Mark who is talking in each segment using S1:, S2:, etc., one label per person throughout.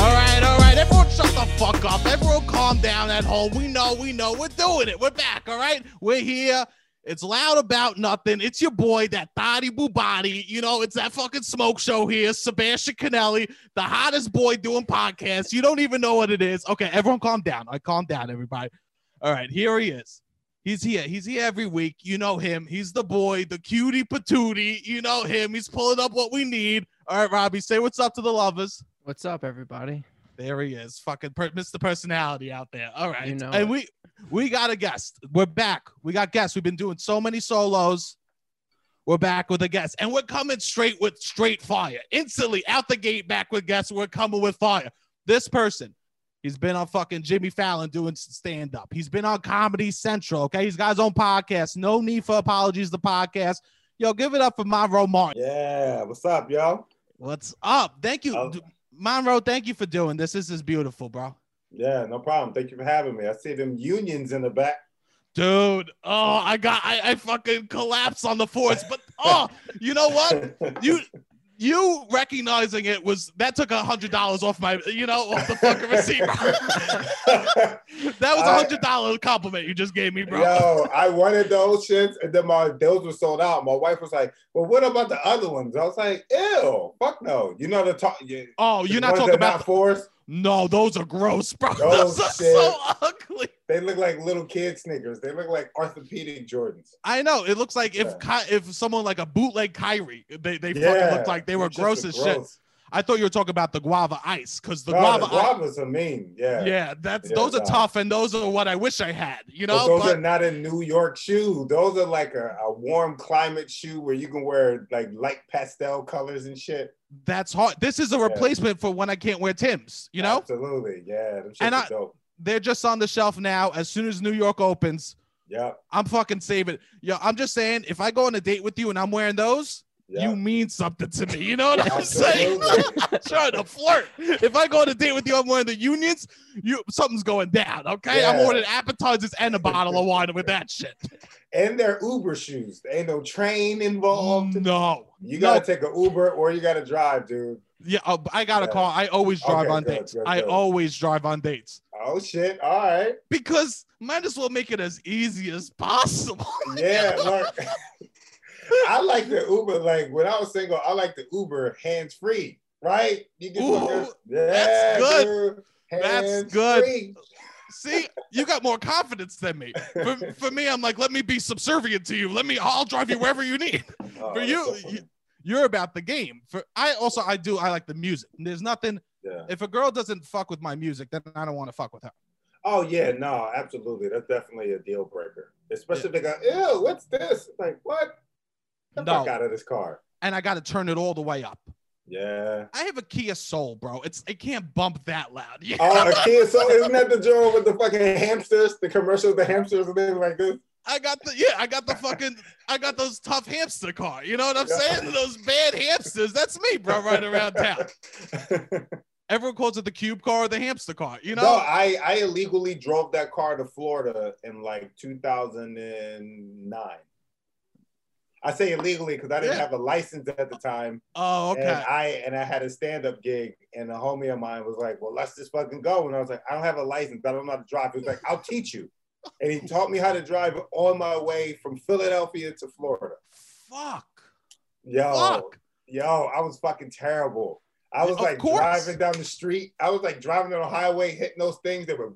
S1: All right, all right. Everyone shut the fuck up. Everyone calm down at home. We know, we know. We're doing it. We're back, all right? We're here. It's loud about nothing. It's your boy, that Thadi Bubati. You know, it's that fucking smoke show here. Sebastian Canelli, the hottest boy doing podcasts. You don't even know what it is. Okay, everyone calm down. I calm down, everybody. All right, here he is. He's here. He's here every week. You know him. He's the boy, the cutie patootie. You know him. He's pulling up what we need. All right, Robbie, say what's up to the lovers.
S2: What's up, everybody?
S1: There he is, fucking per- Mr. Personality out there. All right,
S2: know
S1: and
S2: it.
S1: we we got a guest. We're back. We got guests. We've been doing so many solos. We're back with a guest, and we're coming straight with straight fire. Instantly out the gate, back with guests. We're coming with fire. This person, he's been on fucking Jimmy Fallon doing stand up. He's been on Comedy Central. Okay, he's got his own podcast. No need for apologies. The podcast. Yo, give it up for Monroe Martin.
S3: Yeah, what's up, y'all?
S1: What's up? Thank you,
S3: Oh.
S1: D- Monroe. Thank you for doing this. This is beautiful, bro.
S3: Yeah, no problem. Thank you for having me. I see them unions in the back.
S1: Dude, oh, I got, I, I fucking collapsed on the force. But oh, you know what? Uh, You, you recognizing it was that took a hundred dollars off my, you know, off the fucking receipt. Bro. That was a
S3: I-
S1: hundred dollar compliment you just gave me, bro.
S3: Yo, I wanted those shits, and then my those were sold out. My wife was like, "Well, what about the other ones?" I was like, "Ew, fuck no." You know the talk. You,
S1: oh, you're
S3: the
S1: not
S3: ones
S1: talking
S3: that
S1: about?
S3: not forced.
S1: no, those are gross, bro.
S3: Those
S1: those are
S3: Oh, shit.
S1: so ugly.
S3: They look like little kid sneakers. They look like orthopedic Jordans.
S1: I know. It looks like if
S3: Yeah.
S1: Ky- if someone like a bootleg Kyrie, they, they
S3: Yeah,
S1: fucking looked like they were
S3: Those shits
S1: gross
S3: are
S1: as shit.
S3: gross.
S1: I thought you were talking about the guava ice because the
S3: No,
S1: guava
S3: the
S1: ice.
S3: guavas are mean. Yeah,
S1: Yeah, that's
S3: Yeah,
S1: those are
S3: nah.
S1: tough, and those are what I wish I had. You
S3: But
S1: know,
S3: those
S1: but
S3: are not a New York shoe. Those are like a, a warm climate shoe where you can wear like light pastel colors and shit.
S1: that's hard. This is a replacement for when I can't wear Tim's. You know,
S3: Absolutely. Yeah. Them shits
S1: And
S3: are
S1: I-
S3: dope.
S1: they're just on the shelf now. As soon as New York opens,
S3: Yep.
S1: I'm fucking saving. Yo, I'm just saying, if I go on a date with you and I'm wearing those,
S3: yep.
S1: you mean something to me. You know what I'm saying?
S3: Absolutely.
S1: Trying to flirt. If I go on a date with you, I'm wearing the unions. You something's going down. Okay, I'm
S3: Yeah.
S1: ordering appetizers and a bottle of wine with that shit.
S3: and they're Uber shoes. There ain't no train involved.
S1: No.
S3: You
S1: Mm, No.
S3: gotta take an Uber or you gotta drive, dude.
S1: Yeah, uh, I got a
S3: Yeah.
S1: call. I always drive
S3: Okay,
S1: on
S3: good,
S1: dates.
S3: good,
S1: I
S3: good.
S1: always drive on dates
S3: Oh shit. All right.
S1: because might as well make it as easy as possible.
S3: Yeah, look. I like the Uber. Like when I was single, I like the Uber hands free. Right? You can
S1: Ooh,
S3: yeah,
S1: that's good.
S3: dude. Oh,
S1: That's
S3: Hands
S1: good.
S3: free.
S1: See, you got more confidence than me. For, for me, I'm like, let me be subservient to you. Let me, I'll drive you wherever you need.
S3: Oh,
S1: For
S3: that's
S1: you,
S3: so funny.
S1: you- You're about the game. For I also, I do, I like the music. There's nothing.
S3: Yeah.
S1: If a girl doesn't fuck with my music, then I don't want to fuck with her.
S3: Oh yeah, no, absolutely. That's definitely a deal breaker. Especially if they go, ew, what's this? It's Like what? Get the
S1: No.
S3: fuck out of this car.
S1: And I got to turn it all the way up.
S3: Yeah.
S1: I have a Kia Soul, bro. It's it can't bump that loud. Yeah.
S3: Oh, a kid. So isn't that the joint with the fucking hamsters? The commercials, the hamsters, and things like this.
S1: I got the yeah, I got the fucking I got those tough hamster car. You know what I'm
S3: Yeah.
S1: saying? Those bad hamsters. That's me, bro, right around town. Everyone calls it the cube car or the hamster car. You know?
S3: No, I I illegally drove that car to Florida in like 2009. I say illegally because I didn't
S1: Yeah.
S3: have a license at the time.
S1: oh,
S3: And
S1: okay.
S3: I and I had a stand-up gig, and a homie of mine was like, "Well, let's just fucking go." And I was like, "I don't have a license. I don't know how to drive." He was like, "I'll teach you," and he taught me how to drive on my way from Philadelphia to Florida.
S1: Fuck.
S3: Yo,
S1: Fuck.
S3: yo, I was fucking terrible. I was
S1: Of
S3: like
S1: course.
S3: driving down the street. I was like driving on the highway, hitting those things that were.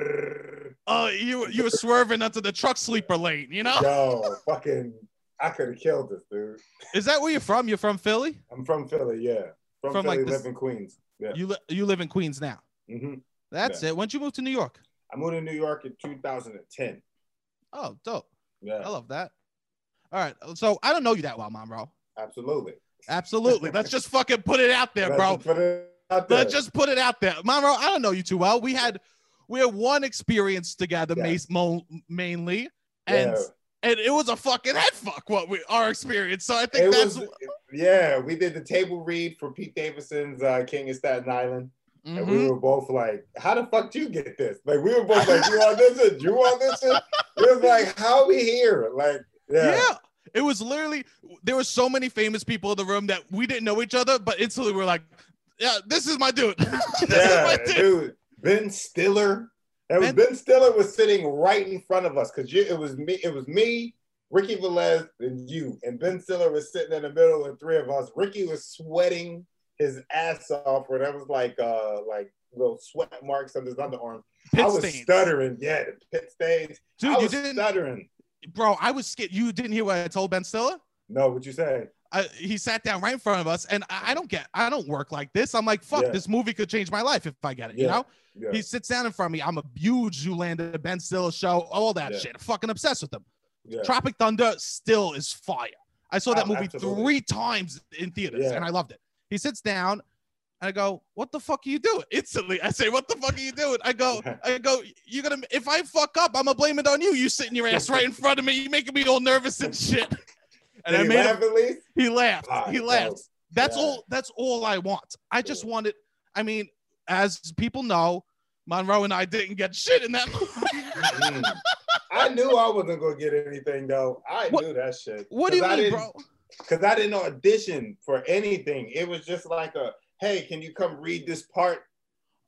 S3: brrrr.
S1: Oh, you you were swerving onto the truck sleeper lane, you know?
S3: Yo, fucking, I could have killed this dude.
S1: Is that where you're from? You're from Philly?
S3: I'm from Philly, yeah. From,
S1: From, like,
S3: Philly,
S1: this-
S3: live in Queens. Yeah.
S1: You li- you live in Queens now.
S3: hmm
S1: That's it. When'd you move to New York?
S3: I moved to New York in 2010.
S1: Oh, dope.
S3: Yeah.
S1: I love that. All right. So I don't know you that well, Mom, bro.
S3: Absolutely.
S1: Absolutely. Let's just fucking put it out there,
S3: Let's
S1: bro.
S3: just put it out there.
S1: Let's just put it out there, Monroe. I don't know you too well. We had we had one experience together,
S3: Yeah.
S1: mas- mo- mainly, and
S3: Yeah.
S1: and it was a fucking head fuck what we our experience. So I think
S3: It
S1: that's
S3: was, yeah, we did the table read for Pete Davidson's uh, King of Staten Island.
S1: Mm-hmm.
S3: and we were both like, "How the fuck do you get this?" Like we were both like, "You on this? And you on this?" And it was like, "How we here?" Like,
S1: Yeah.
S3: yeah,
S1: It was literally there were so many famous people in the room that we didn't know each other, but instantly we are like, yeah, this is my dude. this is
S3: yeah,
S1: my dude.
S3: dude. Ben Stiller. That was ben, Stiller was sitting right in front of us because it was me. It was me, Ricky Velez, and you. And Ben Stiller was sitting in the middle of the three of us. Ricky was sweating his ass off, where that was like uh like little sweat marks on his underarm. I
S1: Pit
S3: was
S1: stains.
S3: stuttering. Yeah, the pit stains. I
S1: Dude, you
S3: was
S1: didn't
S3: stuttering.
S1: bro, I was scared. You didn't hear what I told Ben Stiller?
S3: No, what you say?
S1: I, he sat down right in front of us, and I, I don't get, I don't work like this. I'm like, fuck,
S3: Yeah.
S1: this movie could change my life if I get it, you
S3: Yeah.
S1: know?
S3: Yeah.
S1: He sits down in front of me. I'm a huge Zoolander, Ben Stiller show, all that
S3: Yeah.
S1: shit. I'm fucking obsessed with him.
S3: yeah.
S1: Tropic Thunder still is fire. I saw that
S3: Oh,
S1: movie
S3: absolutely.
S1: three times in theaters,
S3: Yeah.
S1: and I loved it. He sits down, and I go, "What the fuck are you doing?" Instantly, I say, "What the fuck are you doing?" I go, "I go, you're gonna if I fuck up, I'm gonna blame it on you. You sitting your ass right in front of me, you making me all nervous and shit." And
S3: Did
S1: I
S3: he
S1: made him.
S3: laugh at least?
S1: He laughed.
S3: Ah,
S1: he
S3: no.
S1: laughed. That's
S3: Yeah.
S1: all. That's all I want. I just
S3: Yeah.
S1: wanted. I mean, as people know, Monroe and I didn't get shit in that movie.
S3: Mm. I knew I wasn't gonna get anything though. I
S1: What-
S3: knew that shit.
S1: what do you
S3: 'Cause I
S1: mean,
S3: didn't-
S1: bro?
S3: Because I didn't audition for anything. It was just like a, hey, can you come read this part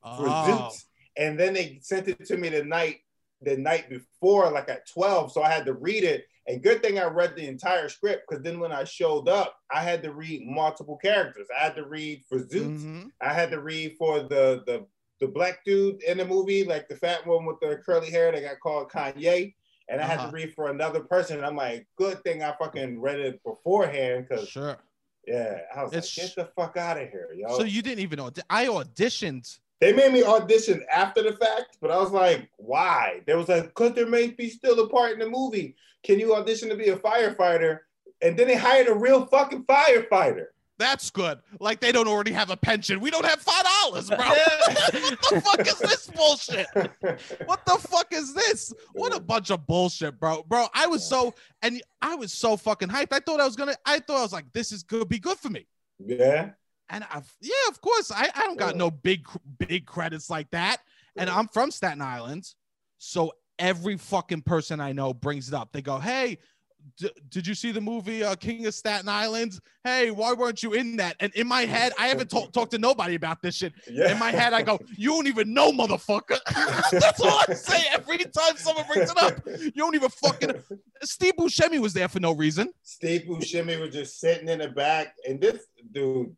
S3: for
S1: Oh.
S3: Zoots? And then they sent it to me the night, the night before, like at twelve. So I had to read it. And good thing I read the entire script because then when I showed up, I had to read multiple characters. I had to read for Zoots.
S1: Mhm.
S3: I had to read for the the the black dude in the movie, like the fat one with the curly hair that got called Kanye. And I had
S1: Uh-huh.
S3: to read for another person. And I'm like, good thing I fucking read it beforehand, cause
S1: Sure.
S3: yeah, I was
S1: It's-
S3: like, get the fuck out of here, yo.
S1: So you didn't even audi- I auditioned.
S3: they made me audition after the fact, but I was like, why? There was like, could there may be still a part in the movie? Can you audition to be a firefighter? And then they hired a real fucking firefighter.
S1: That's good. Like they don't already have a pension. We don't have five dollars, bro. what the fuck is this bullshit? What the fuck is this? What a bunch of bullshit, bro. Bro, I was so and I was so fucking hyped. I thought I was gonna. I thought I was like, this is gonna be good for me.
S3: yeah.
S1: And I, yeah, of course, I, I don't got
S3: Yeah.
S1: no big big credits like that. And I'm from Staten Island, so every fucking person I know brings it up. They go, "Hey, d- did you see the movie uh, King of Staten Island? Hey, why weren't you in that?" And in my head, I haven't to- talked to nobody about this shit.
S3: yeah.
S1: In my head, I go, "You don't even know, motherfucker." That's all I say every time someone brings it up. You don't even fucking. Steve Buscemi was there for no reason.
S3: Steve Buscemi was just sitting in the back, and this dude,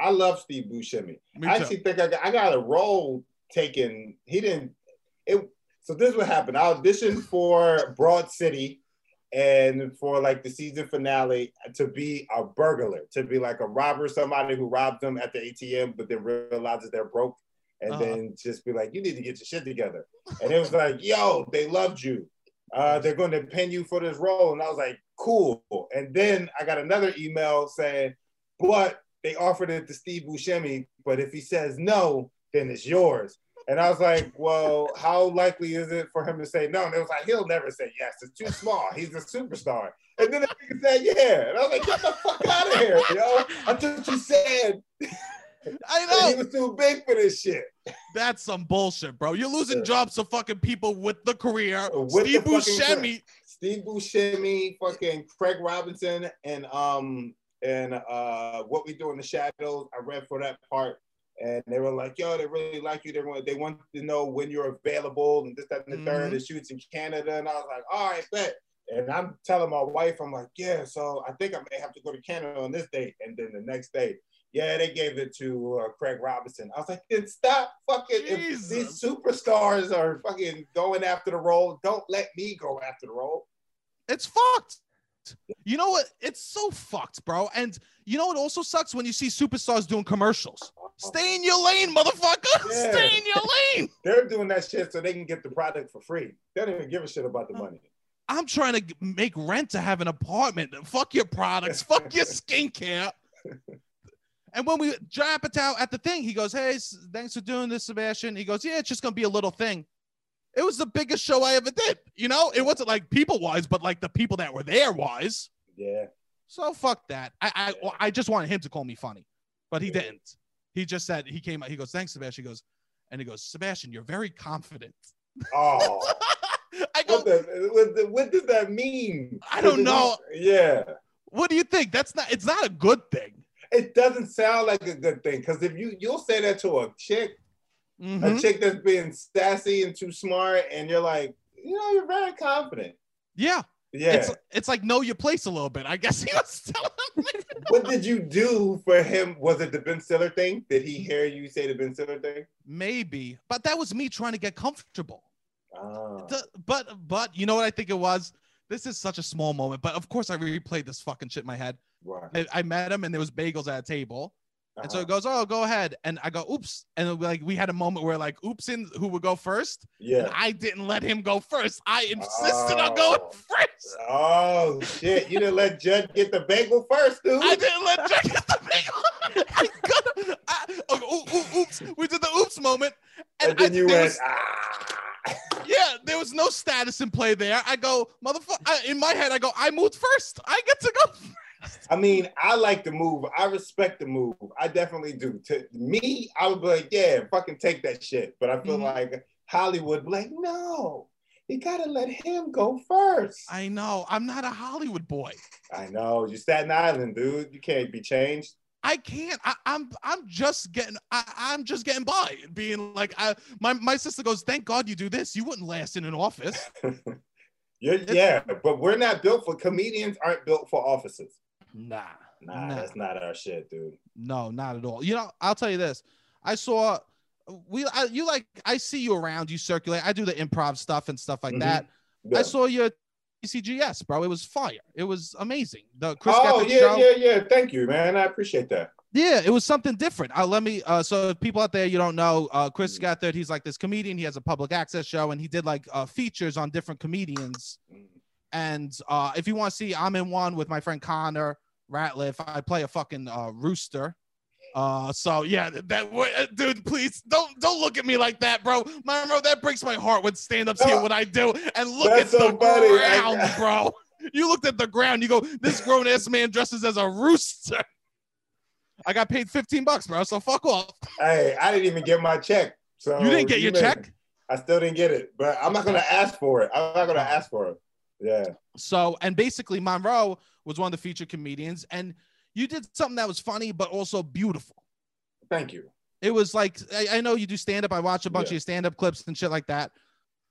S3: I love Steve Buscemi.
S1: Me
S3: I
S1: too.
S3: actually think I got, I got a role taken. He didn't. It so this is what happened. I auditioned for Broad City, and for like the season finale to be a burglar, to be like a robber, somebody who robbed them at the ATM, but then realizes they're broke, and
S1: Uh-huh.
S3: then just be like, you need to get your shit together. And it was like, yo, they loved you. Uh, they're going to pin you for this role, and I was like, cool. And then I got another email saying, but they offered it to Steve Buscemi, but if he says no, then it's yours. And I was like, well, how likely is it for him to say no? And it was like, he'll never say yes. It's too small. He's a superstar. And then the nigga said, yeah. And I was like, get the fuck out of here, yo. I thought you said
S1: I
S3: that
S1: know.
S3: he was too big for this shit.
S1: That's some bullshit, bro. You're losing
S3: Yeah.
S1: jobs to fucking people with the career.
S3: With the
S1: Steve
S3: fucking
S1: Buscemi.
S3: career. Steve Buscemi, fucking Craig Robinson, and um and uh what we do in the shadows. I read for that part, and they were like, "Yo, they really like you. They want they want to know when you're available and this, that, and the third. It shoots in Canada." And I was like, "All right, bet." And I'm telling my wife, I'm like, "Yeah, so I think I may have to go to Canada on this date." And then the next day, yeah, they gave it to uh, Craig Robinson. I was like, "Then stop fucking." If
S1: Jesus.
S3: these superstars are fucking going after the role, don't let me go after the role.
S1: It's fucked. You know what? It's so fucked, bro. And you know what also sucks when you see superstars doing commercials. Stay in your lane, motherfucker.
S3: Yeah.
S1: Stay in your lane.
S3: They're doing that shit so they can get the product for free. They don't even give a shit about the money.
S1: I'm trying to g- make rent to have an apartment. Fuck your products. Fuck your skincare. And when we John Apatow at the thing, he goes, "Hey, s- thanks for doing this, Sebastian." He goes, "Yeah, it's just gonna be a little thing." It was the biggest show I ever did. You know, it wasn't like people wise, but like the people that were there wise.
S3: Yeah.
S1: So fuck that. I I, I just wanted him to call me funny, but he didn't. He just said he came out. He goes, "Thanks, Sebastian." He goes, and he goes, "Sebastian, you're very confident."
S3: Oh,
S1: I go,
S3: what, the, what, the, what does that mean?
S1: I don't know.
S3: Yeah,
S1: "What do you think?" That's not. It's not a good thing.
S3: it doesn't sound like a good thing because if you you'll say that to a chick,
S1: Mhm.
S3: a chick that's being sassy and too smart, and you're like, you know, you're very confident.
S1: Yeah,
S3: Yeah.
S1: it's it's like know your place a little bit. I guess he was telling him.
S3: what did you do for him? Was it the Ben Stiller thing? Did he hear you say the Ben Stiller thing?
S1: maybe, but that was me trying to get comfortable.
S3: Ah.
S1: D- but but you know what I think it was. This is such a small moment, but of course I replayed this fucking shit in my head.
S3: right.
S1: I, I met him and there was bagels at a table, and so
S3: Uh-huh.
S1: he goes, "Oh, go ahead," and I go, "Oops," and it'll be like we had a moment where like, "Oops," in who would go first? And
S3: Uh-huh. yeah.
S1: I didn't let him go first. I insisted on going
S3: Oh.
S1: first.
S3: Oh shit! You didn't let Judd get the bagel first, dude.
S1: I didn't let Jack get the bagel. I could. I, oh, ooh, ooh, oops, we did the oops moment, and,
S3: and, then
S1: I,
S3: you
S1: there
S3: went.
S1: was-
S3: Ah.
S1: yeah, there was no status in play there. I go, motherfucker. In my head, I go, I moved first. I get to go. first."
S3: I mean, I like the move. I respect the move. I definitely do. To me, I would be like, yeah, fucking take that shit. But I feel
S1: Mhm.
S3: like Hollywood, be like, no, you gotta let him go first. I,
S1: I know. I'm not a Hollywood boy.
S3: know you Staten Island, dude. You can't be changed.
S1: I can't. I, I'm I'm just getting I, I'm just getting by being like I my, my sister goes, Thank God you do this. You wouldn't last in an office.
S3: You're, yeah, but we're not built for comedians. Aren't built for offices.
S1: Nah.
S3: Nah,
S1: Nah.
S3: that's not our shit, dude.
S1: No, not at all. You know, I'll tell you this. I saw we I, you like I see you around, you circulate. I do the improv stuff and stuff like
S3: Mhm.
S1: that.
S3: Yeah.
S1: I saw your TCGS, bro. It was fire. It was amazing. The Chris
S3: oh
S1: Gethard
S3: yeah,
S1: show.
S3: yeah, yeah. Thank you, man. I appreciate that.
S1: Yeah, it was something different. Uh, let me. Uh, so if people out there you don't know, uh, Chris
S3: Mm.
S1: Gethard. He's like this comedian. He has a public access show, and he did like uh, features on different comedians. And uh, if you want to see, I'm in one with my friend Connor Ratliff. I play a fucking uh, rooster. Uh, so yeah, th- that w- uh, dude, please don't don't look at me like that, bro. Monroe, that breaks my heart when stand-ups hear what I do and look
S3: Uh, That's
S1: at the
S3: so funny. I-
S1: ground, bro. You looked at the ground. You go, this grown ass man dresses as a rooster. I got paid fifteen bucks, bro. So fuck off.
S3: Hey, I didn't even get my check. So
S1: you didn't get your
S3: Oh, made-
S1: check.
S3: I still didn't get it, but I'm not gonna ask for it. I'm not gonna ask for it. Yeah.
S1: So, and basically, Monroe was one of the featured comedians, and you did something that was funny but also beautiful.
S3: Thank you.
S1: It was like I, I know you do stand up. I watch a bunch of your stand up clips and shit like that.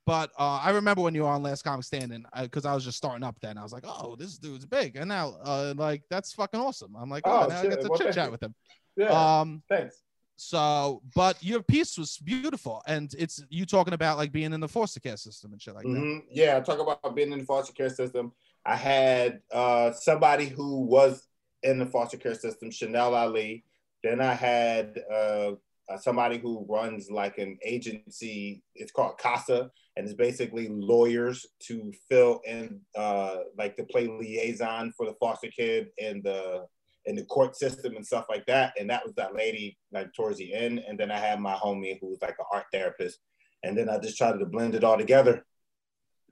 S1: But uh, I remember when you were on Last Comic Standing because I, was just starting up then. I was like, "Oh, this dude's big," and now, uh, like, that's fucking awesome. I'm like, "Oh,
S3: Oh,
S1: now
S3: shit.
S1: I get to
S3: Well,
S1: chit
S3: thank
S1: chat
S3: you.
S1: with him."
S3: Yeah.
S1: Um,
S3: thanks.
S1: so, but your piece was beautiful, and it's you talking about like being in the foster care system and shit like that.
S3: Mhm. Yeah. Talk about being in the foster care system. I had uh, somebody who was in the foster care system, Chanel Ali. Then I had uh, uh, somebody who runs like an agency. It's called CASA, and it's basically lawyers to fill in, uh, like to play liaison for the foster kid and the in the court system and stuff like that. And that was that lady like towards the end. And then I had my homie who was like an art therapist. And then I just tried to blend it all together.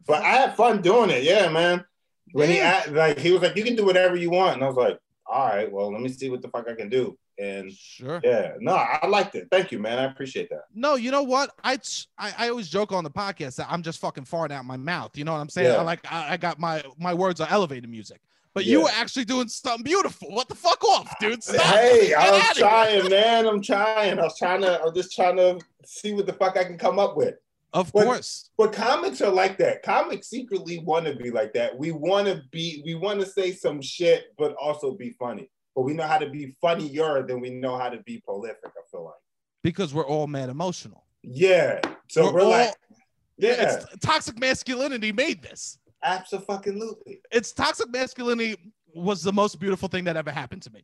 S3: But I had fun doing it. Yeah, man. When he
S1: Yeah.
S3: asked, like he was like, you can do whatever you want. And I was like, all right, well, let me see what the fuck I can do. And
S1: sure.
S3: yeah, no, I liked it. Thank you, man. I appreciate that.
S1: No, you know what? I, t- I I always joke on the podcast that I'm just fucking farting out my mouth. You know what I'm saying?
S3: Yeah.
S1: I like I, I got my my words are elevator music. But you
S3: Yeah.
S1: were actually doing something beautiful. What the fuck off, dude? Stop.
S3: Hey, I
S1: Get
S3: was
S1: outta here.
S3: trying, man. I'm trying. I was trying to. I'm just trying to see what the fuck I can come up with.
S1: Of
S3: What-
S1: course.
S3: But comics are like that. Comics secretly want to be like that. We want to be. We want to say some shit, but also be funny. But we know how to be funnier than we know how to be prolific. I feel like.
S1: Because we're all mad emotional.
S3: Yeah. So we're,
S1: all,
S3: like, yeah,
S1: it's toxic masculinity made this.
S3: absolutely.
S1: It's toxic masculinity was the most beautiful thing that ever happened to me.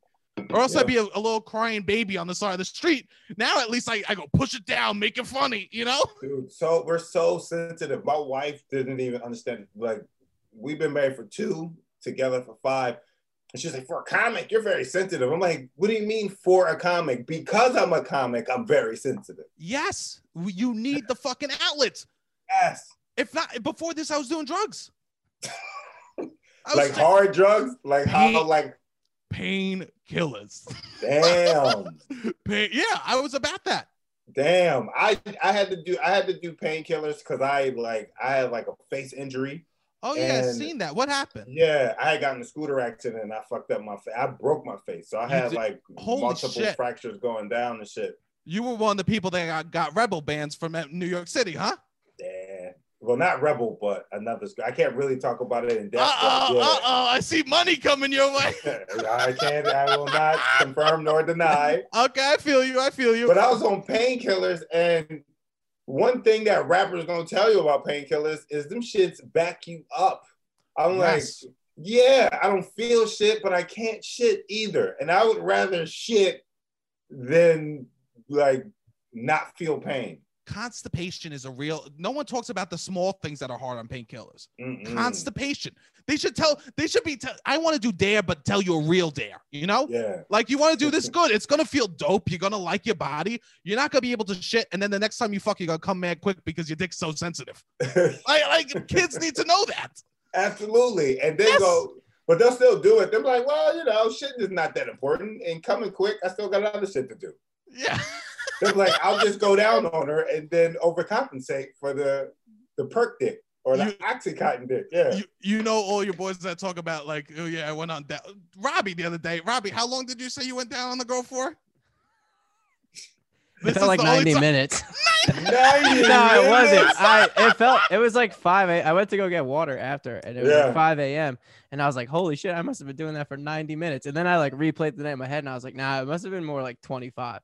S1: Or else
S3: Yeah.
S1: I'd be a, a little crying baby on the side of the street. Now at least I, I go push it down, make it funny, you know?
S3: Dude, so we're so sensitive. My wife didn't even understand. Like, we've been married for two, together for five. And she's like, for a comic, you're very sensitive. I'm like, what do you mean for a comic? Because I'm a comic, I'm very sensitive.
S1: Yes, you need the fucking outlets.
S3: Yes.
S1: If not before this, I was doing drugs. I was
S3: Like hard drugs, like how
S1: Oh, Yeah.
S3: like
S1: painkillers.
S3: Damn.
S1: Pain, yeah, I was about that.
S3: Damn, I I had to do I had to do painkillers because I like I had like a face injury.
S1: Oh yeah, I've
S3: And-
S1: seen that. What happened?
S3: Yeah, I had gotten a scooter accident and I fucked up my face. I broke my face, so I
S1: You
S3: had
S1: did-
S3: like
S1: Holy
S3: multiple
S1: shit.
S3: fractures going down and shit.
S1: You were one of the people that got, got rebel bands from uh, New York City, huh?
S3: Yeah, well, not rebel, but another. sc- I can't really talk about it in depth.
S1: Uh
S3: but
S1: oh, uh oh. I see money coming your way.
S3: yeah. I can't. I will not confirm nor deny.
S1: Okay, I feel you. I feel you.
S3: But I was on painkillers, and one thing that rappers don't tell you about painkillers is them shits back you up. I'm like,
S1: Yes.
S3: Yeah, I don't feel shit, but I can't shit either. And I would rather shit than like not feel pain.
S1: constipation is a real. No one talks about the small things that are hard on painkillers.
S3: Mm-mm.
S1: Constipation. They should tell. They should be. Tell, I want to do dare, but tell you a real dare. You know.
S3: Yeah.
S1: Like you want to do this good, it's gonna feel dope. You're gonna like your body. You're not gonna be able to shit, and then the next time you fuck, you're gonna come mad quick because your dick's so sensitive. Like, like kids need to know that.
S3: Absolutely. And they
S1: Yes.
S3: go, but they'll still do it. They're like, well, you know, shit is not that important. And coming quick, I still got other shit to do.
S1: Yeah,
S3: They're like, I'll just go down on her and then overcompensate for the the perk dick or the
S1: You-
S3: oxycontin dick. Yeah.
S1: you, you know all your boys that talk about like, oh yeah, I went on down. Robbie the other day. Robbie, how long did you say you went down on the girl for?
S2: It felt like
S1: the only
S2: 90
S1: time-
S2: minutes. no, it
S3: 90 minutes?
S2: wasn't. I it felt it was like five. A, I went to go get water after, and it was
S3: Yeah.
S2: like five a.m. And I was like, "Holy shit! I must have been doing that for ninety minutes." And then I like replayed the night in my head, and I was like, "Nah, it must have been more like twenty-five."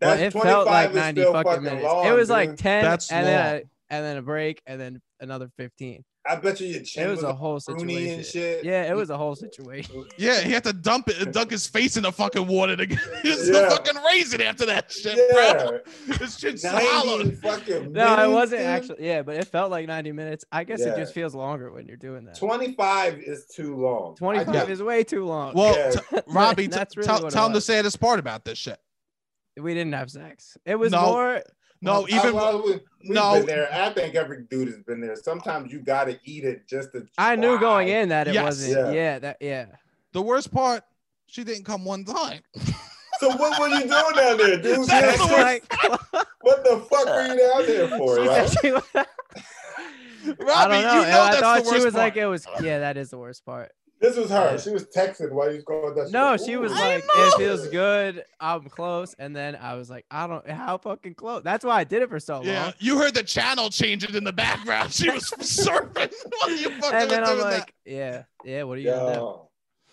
S3: That's
S2: but it
S3: 25
S2: felt like
S3: is
S2: ninety
S3: still
S2: fucking,
S3: fucking
S2: minutes.
S3: long,
S2: it was
S3: dude.
S2: like ten,
S1: That's
S2: and then
S1: long.
S2: a, and then a break, and then another fifteen.
S3: I bet you your chin
S2: it was, a
S3: all
S2: whole
S3: fruity
S2: situation.
S3: and shit.
S2: Yeah, it was a whole situation.
S1: Yeah, he had to dump it, dunk his face in the fucking water to get his
S3: Yeah.
S1: fucking raisin after that shit, bro.
S3: Yeah.
S1: This shit
S3: Ninety
S1: swallowed.
S3: fucking.
S2: No, it
S3: minutes,
S2: wasn't
S3: dude?
S2: actually. Yeah, but it felt like ninety minutes. I guess
S3: Yeah.
S2: it just feels longer when you're doing that.
S3: Twenty-five is too long.
S2: Twenty-five
S3: I,
S2: is way too long.
S1: Well,
S3: Uh, Yeah.
S1: t- Robbie, t-
S2: That's really
S1: tell-
S2: what it
S1: tell him the
S2: was.
S1: saddest part about this shit.
S2: we didn't have sex. It was
S1: No.
S2: more.
S1: No,
S3: I-
S1: even
S3: well, we,
S1: no.
S3: no. Been there. I think every dude has been there. Sometimes you gotta eat it just to.
S2: I knew going
S3: try.
S2: in that it
S1: Yes.
S2: wasn't.
S3: Yeah.
S2: Yeah. that yeah.
S1: the worst part, she didn't come one time.
S3: So what were you doing down there, dude?
S1: That's the
S3: Like,
S1: worst.
S3: what the fuck were you down there for?
S2: She
S3: Right?
S2: said she was- I
S1: Robbie,
S2: don't know.
S1: you know
S2: I
S1: that's
S2: thought
S1: the
S2: she
S1: worst
S2: was
S1: part.
S2: like it was. Yeah, that is the worst part.
S3: This was her. She was texting while you was going. down.
S2: No, she was
S3: "Ooh."
S2: like, it feels good. I'm close, and then I was like, I don't how fucking close. That's why I did it for so long.
S1: yeah, you heard the channel changing in the background. She was surfing. What are you fucking
S2: and then
S1: doing
S2: I'm
S1: that?
S2: like, yeah, yeah. What are you gonna do?
S3: Yo,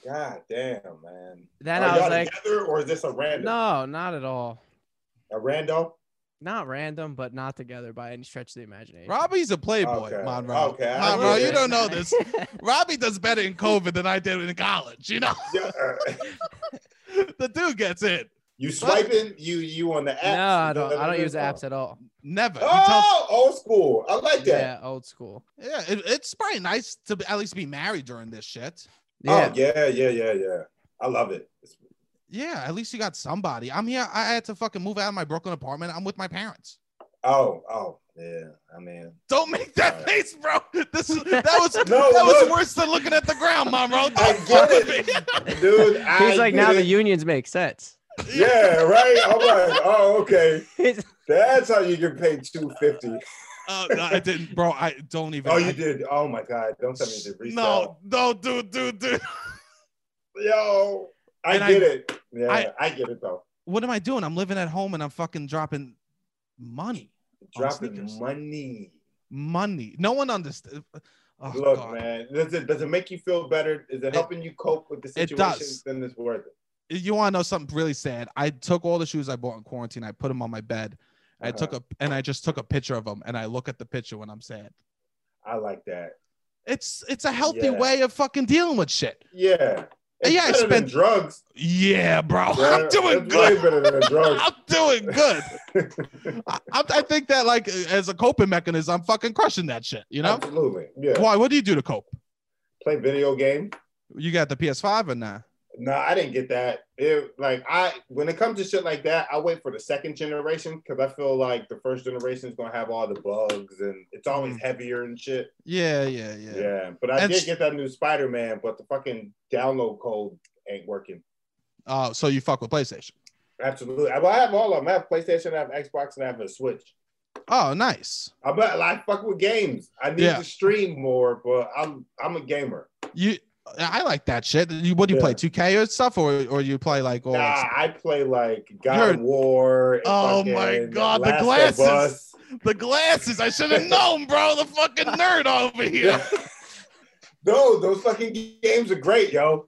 S3: God damn, man.
S2: Then
S1: Oh,
S3: Are
S2: I was
S3: y'all
S2: like,
S3: together or is this a random?
S2: no, not at all.
S3: A random?
S2: Not random, but not together by any stretch of the imagination.
S1: Robbie's a playboy,
S3: Okay,
S1: Monroe.
S3: okay, I
S1: Monroe,
S3: get
S1: you
S3: it.
S1: don't know this. Robbie does better in COVID than I did in college. You know,
S3: Yeah, uh,
S1: the dude gets it.
S3: you swiping? You you on the
S2: no,
S3: app?
S2: I don't. I don't use apps at all.
S1: Never. He tells-
S3: Oh, old school. I like that.
S2: Yeah, old school.
S3: Oh,
S1: yeah, it, it's probably nice to at least be married during this shit.
S2: Yeah.
S3: Oh yeah, yeah, yeah, yeah. I love it. It's-
S1: Yeah, at least you got somebody. I'm here. I had to fucking move out of my Brooklyn apartment. I'm with my parents.
S3: Oh, oh, yeah. I mean,
S1: Don't make that face, bro. This is that was that
S3: No,
S1: was
S3: look.
S1: worse than looking at the ground, Monroe. Don't
S3: I
S1: fuck
S3: get
S1: with
S3: it.
S1: me.
S3: dude. I
S2: He's like,
S3: get
S2: now the
S3: it.
S2: unions make sense.
S3: Yeah, right. I'm like, oh, okay.
S2: He's-
S3: That's how you can pay two fifty.
S1: Uh, no, I didn't, bro. I don't even.
S3: Oh,
S1: I-
S3: you did. Oh my God! Don't tell me you did resell.
S1: No, no, dude, dude, dude.
S3: Yo, I
S1: And I-
S3: get it. Yeah,
S1: I-
S3: I, get it though.
S1: What am I doing? I'm living at home and I'm fucking dropping money, sneakers.
S3: Dropping money.
S1: money. No one understands. Oh,
S3: Look,
S1: God.
S3: man, does it does it make you feel better? Is it, helping you cope with the
S1: it
S3: situation?
S1: does.
S3: Then it's worth it.
S1: you want to know something really sad? I took all the shoes I bought in quarantine. I put them on my bed. I took
S3: Uh-huh.
S1: a and I just took a picture of them, and I look at the picture when I'm sad.
S3: Uh-huh. I like that.
S1: It's it's a healthy
S3: Yeah.
S1: way of fucking dealing with shit.
S3: Yeah. It's
S1: Yeah, I
S3: better than
S1: spent-
S3: drugs.
S1: Yeah, bro, I'm
S3: bruh.
S1: doing
S3: It's
S1: good.
S3: Way better than drugs.
S1: I'm doing good. I, I I think that like as a coping mechanism, I'm fucking crushing that shit. You know
S3: Absolutely. Yeah.
S1: why? What do you do to cope?
S3: Play video game.
S1: You got the PS5 or not?
S3: No, I didn't get that. It like I when it comes to shit like that, I wait for the second generation because I feel like the first generation is gonna have all the bugs and it's always
S1: Mm.
S3: heavier and shit.
S1: Yeah, yeah, yeah.
S3: Yeah. But I
S1: And
S3: did
S1: s-
S3: get that new Spider Man, but the fucking download code ain't working.
S1: Uh, so you fuck with PlayStation.
S3: Absolutely. Well, I have all of them. I have PlayStation, I have Xbox, and I have a Switch.
S1: Oh, nice.
S3: I'm a, I fuck with games. I need
S1: Yeah.
S3: to stream more, but I'm I'm a gamer.
S1: You, I like that shit. You, what do you play?
S3: Yeah.
S1: 2K or stuff, or or you play like all that
S3: Nah,
S1: stuff?
S3: I play like God
S1: You're-
S3: of War. and
S1: Oh my
S3: fucking
S1: God, the
S3: Last of
S1: glasses.
S3: Us.
S1: the glasses? I should have known, bro. The fucking nerd over here.
S3: No, those fucking games are great, yo.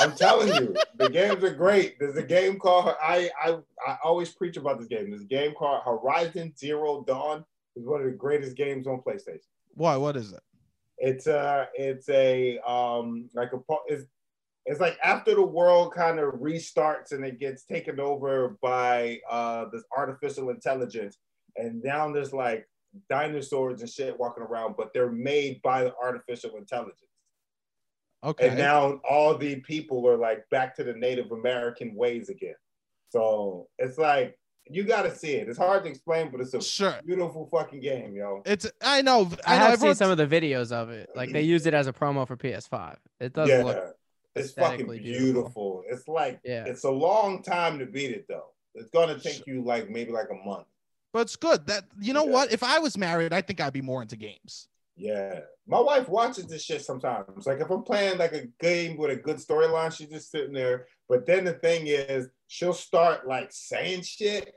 S3: I'm telling you, the games are great. There's a game called I I I always preach about this game. There's a game called Horizon Zero Dawn. It's one of the greatest games on PlayStation.
S1: Why? What is it?
S3: It's a it's a um like a po- it's it's like after the world kind of restarts and it gets taken over by uh this artificial intelligence and now there's like dinosaurs and shit walking around but they're made by the artificial intelligence
S1: Okay.
S3: and now all the people are like back to the Native American ways again so it's like you gotta see it it's hard to explain but it's a
S1: sure.
S3: beautiful fucking game yo
S1: It's. I know.
S2: I
S1: I know.
S2: have seen
S1: everyone-
S2: some of the videos of it. Like they used it as a promo for PS5. It does
S3: yeah,
S2: look.
S3: it's fucking
S2: aesthetically
S3: beautiful.
S2: beautiful.
S3: It's like
S2: Yeah.
S3: it's a long time to beat it though. It's gonna take you like maybe like a month.
S1: but it's good. That you know
S3: Yeah.
S1: what? If I was married, I think I'd be more into games.
S3: Yeah, my wife watches this shit sometimes. Like if I'm playing like a game with a good storyline, she's just sitting there. But then the thing is, she'll start like saying shit,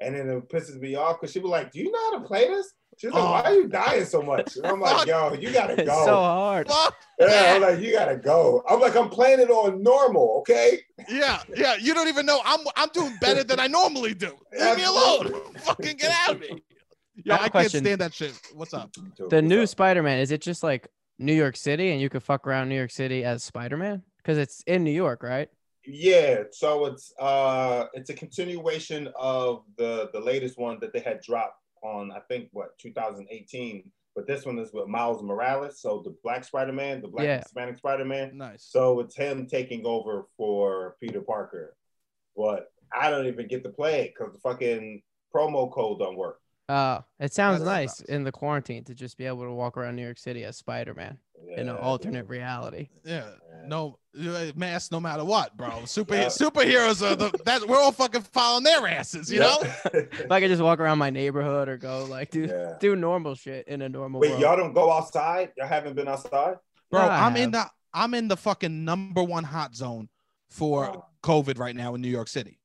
S3: and then it pisses me off because she'll be like, "Do you know how to play this?" She's like,
S1: Oh.
S3: "Why are you dying so much?" And I'm like, oh,
S1: Fuck.
S3: "Yo, you gotta
S2: It's
S3: go."
S2: so hard.
S1: Fuck.
S3: yeah, I'm like, "You gotta go." I'm like, "I'm playing it on normal, okay?"
S1: Yeah, yeah. You don't even know. I'm I'm doing better than I normally do. Leave me alone. Fucking get out of me. Yeah,
S2: I have a
S1: I can't
S2: question.
S1: stand that shit. What's up?
S2: The new Spider-Man is it just like New York City and you could fuck around New York City as Spider-Man because it's in New York, right?
S3: Yeah, so it's uh it's a continuation of the the latest one that they had dropped on I think what 2018, but this one is with Miles Morales, so the Black Spider-Man, the Black
S2: Yeah.
S3: Hispanic Spider-Man.
S1: Nice.
S3: So it's him taking over for Peter Parker, but I don't even get to play it because the fucking promo code don't work.
S2: Uh, it sounds
S1: That
S2: nice
S1: sucks.
S2: in the quarantine to just be able to walk around New York City as Spider-Man in an
S3: Yeah.
S2: alternate reality.
S1: Yeah.
S3: Yeah.
S1: No uh, mask, no matter what, bro. Super
S3: Yeah.
S1: superheroes are the that we're all fucking following their asses, you know.
S2: If I could just walk around my neighborhood or go like do
S3: yeah.
S2: do normal shit in a normal
S3: Wait,
S2: world.
S3: y'all don't go outside? Y'all haven't been outside?
S1: Bro,
S2: Nah, I
S1: I'm in
S2: have.
S1: the I'm in the fucking number one hot zone for
S3: Oh.
S1: COVID right now in New York City.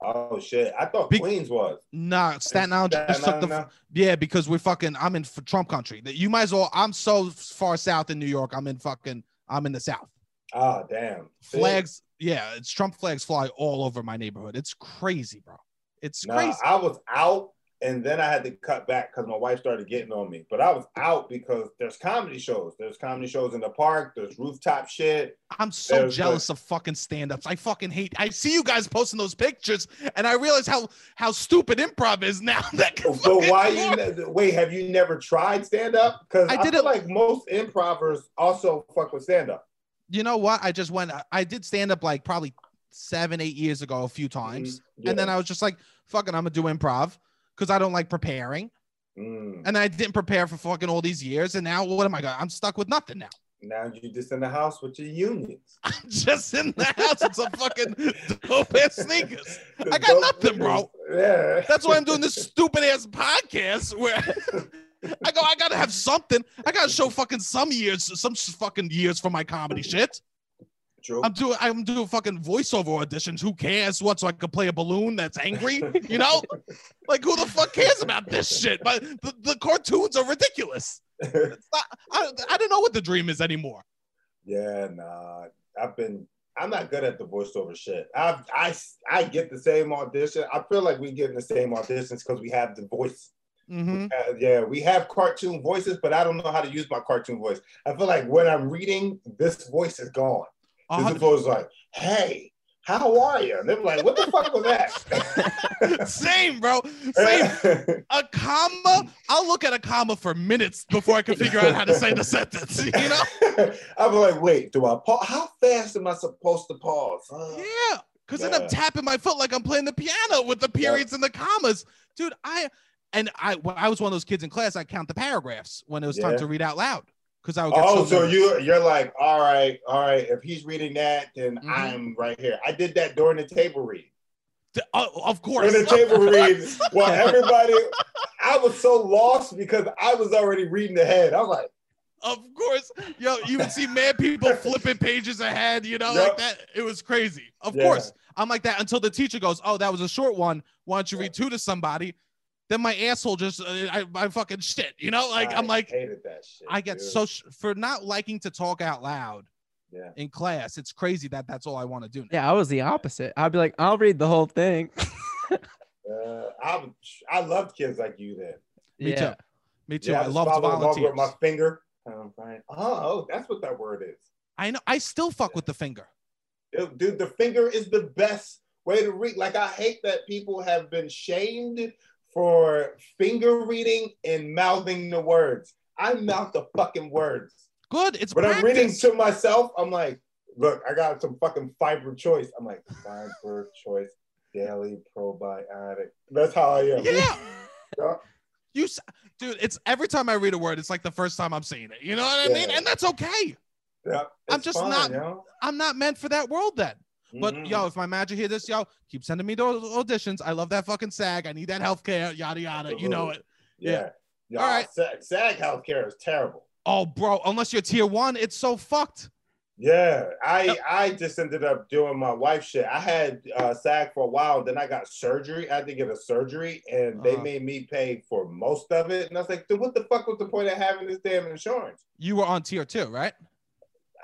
S3: Oh shit! I thought
S1: Be-
S3: Queens was.
S1: Nah, Staten Island just took the
S3: Island,
S1: Yeah, because we're fucking. I'm in f- Trump country. That you might as well. I'm so far south in New York. I'm in fucking. I'm in the south.
S3: Oh damn! See?
S1: Flags. Yeah, it's Trump flags fly all over my neighborhood. It's crazy, bro. It's
S3: Nah,
S1: crazy.
S3: I was out, and then I had to cut back because my wife started getting on me. But I was out because there's comedy shows. There's comedy shows in the park. There's rooftop shit.
S1: I'm so
S3: there's
S1: jealous of fucking stand-ups. I fucking hate. I see you guys posting those pictures, and I realize how how stupid improv is now. That can
S3: But
S1: fucking
S3: why
S1: work.
S3: you ne- wait? Have you never tried stand up? Because
S1: I
S3: I,
S1: did
S3: feel
S1: it-
S3: like most improvers also fuck with stand up.
S1: You know what? I just went. I- I did stand up like probably seven, eight years ago, a few times,
S3: Mm,
S1: and then I was just like, "Fucking, I'm gonna do improv." Because I don't like preparing.
S3: Mm.
S1: and I didn't prepare for fucking all these years. And now what am I going? I'm stuck with nothing now.
S3: now you just in the house with your unions.
S1: I'm just in the house with some fucking dope ass sneakers. I got nothing, bro.
S3: Yeah.
S1: That's why I'm doing this stupid ass podcast where I go, I gotta have something. I gotta show fucking some years, some s- fucking years for my comedy shit.
S3: True.
S1: I'm doing, I'm doing fucking voiceover auditions. Who cares what? So I can play a balloon that's angry, you know? Like who the fuck cares about this shit? But the, the cartoons are ridiculous. It's not, I, I don't know what the dream is anymore.
S3: Yeah, nah. I've been. I'm not good at the voiceover shit. I've, I I get the same audition. I feel like we getting the same auditions because we have the voice.
S1: Mm-hmm.
S3: Uh, yeah, we have cartoon voices, but I don't know how to use my cartoon voice. I feel like when I'm reading, this voice is gone. This voice is like, "Hey, how are you?" And they're like, "What the fuck was that?"
S1: Same, bro. Same. A comma. I'll look at a comma for minutes before I can figure out how to say the sentence. You know?
S3: I'm like, "Wait, do I pause? How fast am I supposed to pause?" Uh,
S1: Yeah. Cause then I'm
S3: Yeah.
S1: tapping my foot like I'm playing the piano with the periods and the commas, dude. I and I, when I was one of those kids in class. I count the paragraphs when it was time
S3: Yeah.
S1: to read out loud. because I would get
S3: Oh, so
S1: nervous.
S3: you you're like, all right, all right. If he's reading that, then
S1: Mm-hmm.
S2: Mhm.
S3: I'm right here. I did that during the table read.
S1: D- oh, of course.
S3: During the table read, well, everybody, I was so lost because I was already reading ahead. I'm like,
S1: of course. Yo, you would see mad people flipping pages ahead, you know,
S3: Yep.
S1: like that. It was crazy. Of
S3: Yeah.
S1: course. I'm like that until the teacher goes, Oh, that was a short one. Why don't you read two to somebody? Then my asshole just, uh, I, I fucking shit, you know, like I'm
S3: I
S1: like,
S3: hated that shit.
S1: I get
S3: dude.
S1: so sh- for not liking to talk out loud
S3: Yeah.
S1: in class. It's crazy that that's all I want to do. Now.
S2: Yeah, I was the opposite. I'd be like, I'll read the whole thing.
S3: Uh, I I loved kids like you then.
S1: Me
S2: yeah.
S1: too. Me too.
S3: Yeah,
S1: I
S3: just
S1: loved
S3: follow along
S1: volunteers.
S3: With my finger. Um, right. Oh, that's what that word is.
S1: I know. I still fuck with the finger.
S3: Dude, Dude, the finger is the best way to read. Like, I hate that people have been shamed for finger reading and mouthing the words. I mouth the fucking words.
S1: Good. It's
S3: When I'm reading
S1: practice.
S3: to myself, I'm like, look, I got some fucking fiber choice. I'm like, fiber choice, daily probiotic. That's how I am.
S1: Yeah.
S3: Yeah.
S1: You, s- dude. It's every time I read a word, it's like the first time I'm seeing it. You know what I mean?
S3: Yeah.
S1: And that's okay.
S3: Yeah,
S1: I'm
S3: it's
S1: just
S3: fine,
S1: not-
S3: yo.
S1: I'm not meant for that world then. But
S3: Mhm.
S1: yo, if my manager hear this, yo, keep sending me those auditions. I love that fucking SAG. I need that healthcare. Yada yada. You know
S3: Absolutely.
S1: it.
S3: yeah. yeah.
S1: All right.
S3: SAG, SAG healthcare is terrible.
S1: Oh, bro. Unless you're tier one, it's so fucked.
S3: Yeah, I
S1: Yep.
S3: I just ended up doing my wife shit. I had uh, SAG for a while, then I got surgery. I had to get a surgery, and they
S1: Uh-huh.
S3: made me pay for most of it. And I was like, dude, what the fuck was the point of having this damn insurance?
S1: You were on tier two, right?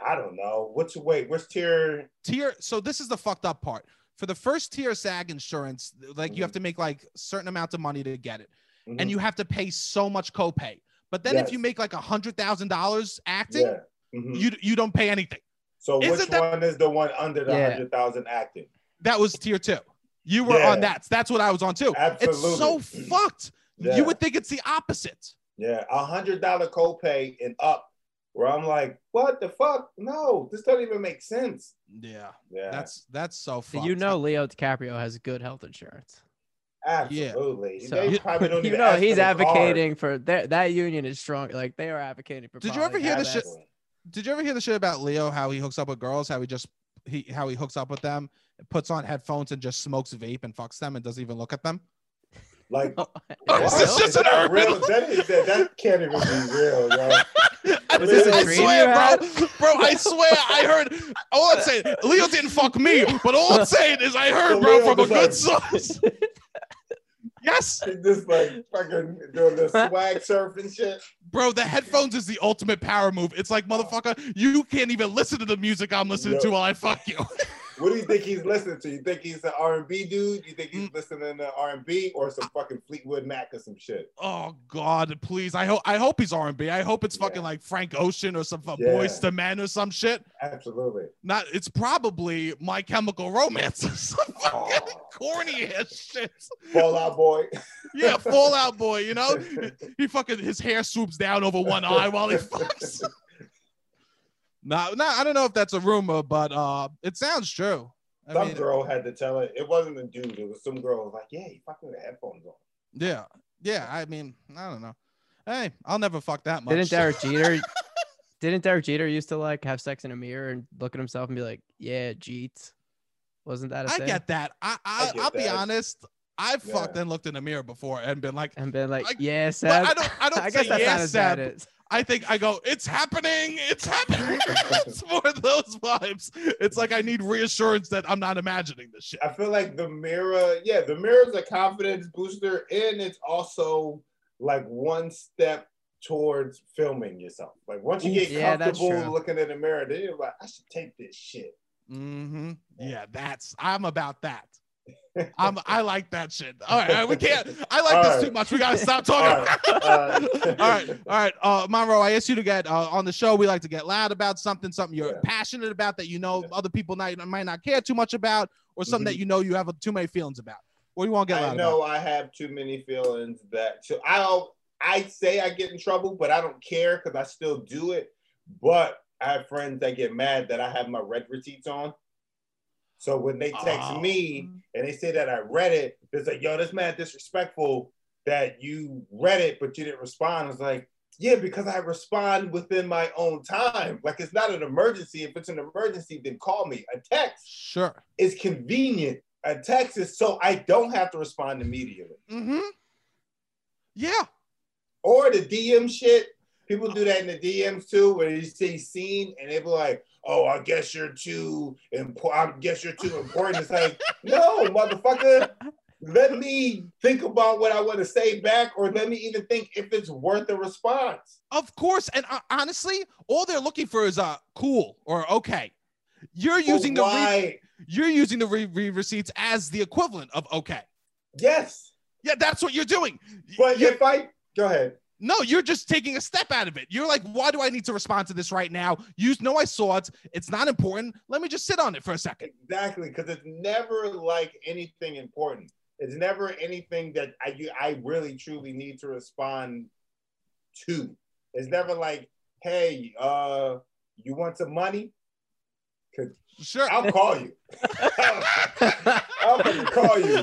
S3: I don't know. What's wait? What's tier?
S1: tier so this is the fucked up part for the first tier sag insurance like you have
S3: Mm-hmm.
S1: to make like certain amount of money to get it and you have to pay so much copay but then if
S3: Mm. Yes.
S1: you make like a hundred thousand dollars acting
S3: yeah. Mhm.
S1: you you don't pay anything
S3: so
S1: isn't
S3: which
S1: that-
S3: one is the one under the
S2: Yeah.
S3: hundred thousand acting?
S1: that was tier two you were on that that's what i was on too it's so
S3: Absolutely.
S1: fucked
S3: Yeah.
S1: you would think it's the opposite
S3: Yeah, a hundred dollar copay and up. Where I'm like, what the fuck? No, this doesn't even make sense.
S1: yeah,
S3: Yeah,
S1: that's that's so
S2: So
S1: fucked.
S2: you know Leo DiCaprio has good health insurance.
S3: absolutely.
S2: So-
S3: They probably don't
S2: you
S3: even
S2: know
S3: ask
S2: he's
S3: for the card.
S2: advocating for that that union is strong. Like they are advocating for
S1: Did you ever
S2: probably
S1: hear
S2: have
S1: the
S2: that-
S1: shit- did you ever hear the shit about leo how he hooks up with girls how he just he how he hooks up with them puts on headphones and just smokes vape and fucks them and doesn't even look at them
S3: Like,
S2: Oh,
S1: Oh,
S3: what?
S1: is this just
S3: Is
S1: an
S3: that
S1: urban-
S3: real? That, is, that, that can't even be real, yo.
S1: I
S3: Was this a
S2: dream
S1: swear,
S2: you
S1: bro. Bro, I swear I heard all I'm saying, Leo didn't fuck me, but all I'm saying is I heard,
S3: So
S1: bro,
S3: Leo
S1: from a
S3: was like-
S1: good source. Yes,
S3: It's just like fucking doing the swag surf and shit.
S1: bro, the headphones is the ultimate power move. It's like, motherfucker, you can't even listen to the music I'm listening to while I fuck you.
S3: What do you think he's listening to? You think he's an R&B dude? You think he's
S1: Mm.
S3: listening to R&B or some fucking Fleetwood Mac or some shit?
S1: Oh God, please. I hope I hope he's R&B. I hope it's fucking
S3: Yeah.
S1: like Frank Ocean or some
S3: Yeah.
S1: Boys to Men or some shit.
S3: Absolutely.
S1: Not. It's probably My Chemical Romance or some fucking
S3: Oh.
S1: corny ass shit.
S3: Fall Out Boy.
S1: Yeah, Fallout Boy, you know? He fucking his hair swoops down over one eye while he fucks. nah, nah, I don't know if that's a rumor, but uh it sounds true. I
S3: some
S1: mean,
S3: girl had to tell her. It wasn't a dude. It was some girl. Was like, yeah, he fucking with the headphones on.
S1: yeah. Yeah, I mean, I don't know. Hey, I'll never fuck that much.
S2: Didn't Derek Jeter? didn't Derek Jeter used to like have sex in a mirror and look at himself and be like, "Yeah, Jeets." Wasn't that a
S1: I
S2: thing?
S1: get that. I, I,
S3: I get
S1: I'll be
S3: that.
S1: honest. I've
S3: Yeah.
S1: fucked and looked in the mirror before and been like,
S2: and been like,
S1: I-
S2: "Yeah, Seb."
S1: well, I don't I don't
S2: I
S1: say
S2: guess that's not
S1: yes,
S2: as bad
S1: Seb.
S2: as
S1: I think I go, it's happening, it's happening. it's more of those vibes. It's like I need reassurance that I'm not imagining this shit.
S3: I feel like the mirror, yeah, the mirror is a confidence booster, and it's also like one step towards filming yourself. Like once you get
S2: Yeah, that's
S3: comfortable
S2: true.
S3: looking in the mirror, then you're like, I should take this shit.
S1: Mm-hmm. Yeah, that's I'm about that. I'm I like that shit. All right, all right, we can't. I like
S3: All
S1: this
S3: right.
S1: too much. We gotta stop
S3: All
S1: talking. All
S3: right,
S1: right. all right, Uh, Monroe, I asked you to get uh, on the show. We like to get loud about something, something you're
S3: Yeah.
S1: passionate about that you know
S3: Yeah.
S1: other people not, might not care too much about, or something
S3: Mhm.
S1: that you know you have too many feelings about. What do you want to get
S3: I
S1: loud
S3: know I have too many feelings that so I'll I say I get in trouble, but I don't care because I still do it. But I have friends that get mad that I have my red receipts on. So when they
S1: about?
S3: text
S1: Oh.
S3: me and they say that I read it, it's like, yo, this man disrespectful that you read it but you didn't respond. It's like, Yeah, because I respond within my own time. Like it's not an emergency. If it's an emergency, then call me. A text
S1: Sure.
S3: is convenient. A text is so I don't have to respond immediately.
S1: Mm-hmm. Yeah.
S3: Or the DM shit. People do that in the DMs too, where you say seen and they be like, oh, I guess you're too important. I guess you're too important. It's like, no, motherfucker. Let me think about what I want to say back, or let me even think if it's worth a response.
S1: Of course. And uh, honestly, all they're looking for is uh cool or okay. You're
S3: But
S1: using the re-
S3: why?
S1: you're using the re- re- receipts as the equivalent of okay.
S3: Yes.
S1: Yeah, that's what you're doing. Y-
S3: But
S1: you're-
S3: if I go ahead,
S1: No, you're just taking a step out of it. You're like, why do I need to respond to this right now? You know I saw it. It's not important. Let me just sit on it for a second.
S3: exactly, because it's never like anything important. It's never anything that I you- I really truly need to respond to. It's never like, hey, uh, you want some money?
S1: Sure.
S3: I'll call you. I'll fucking call you.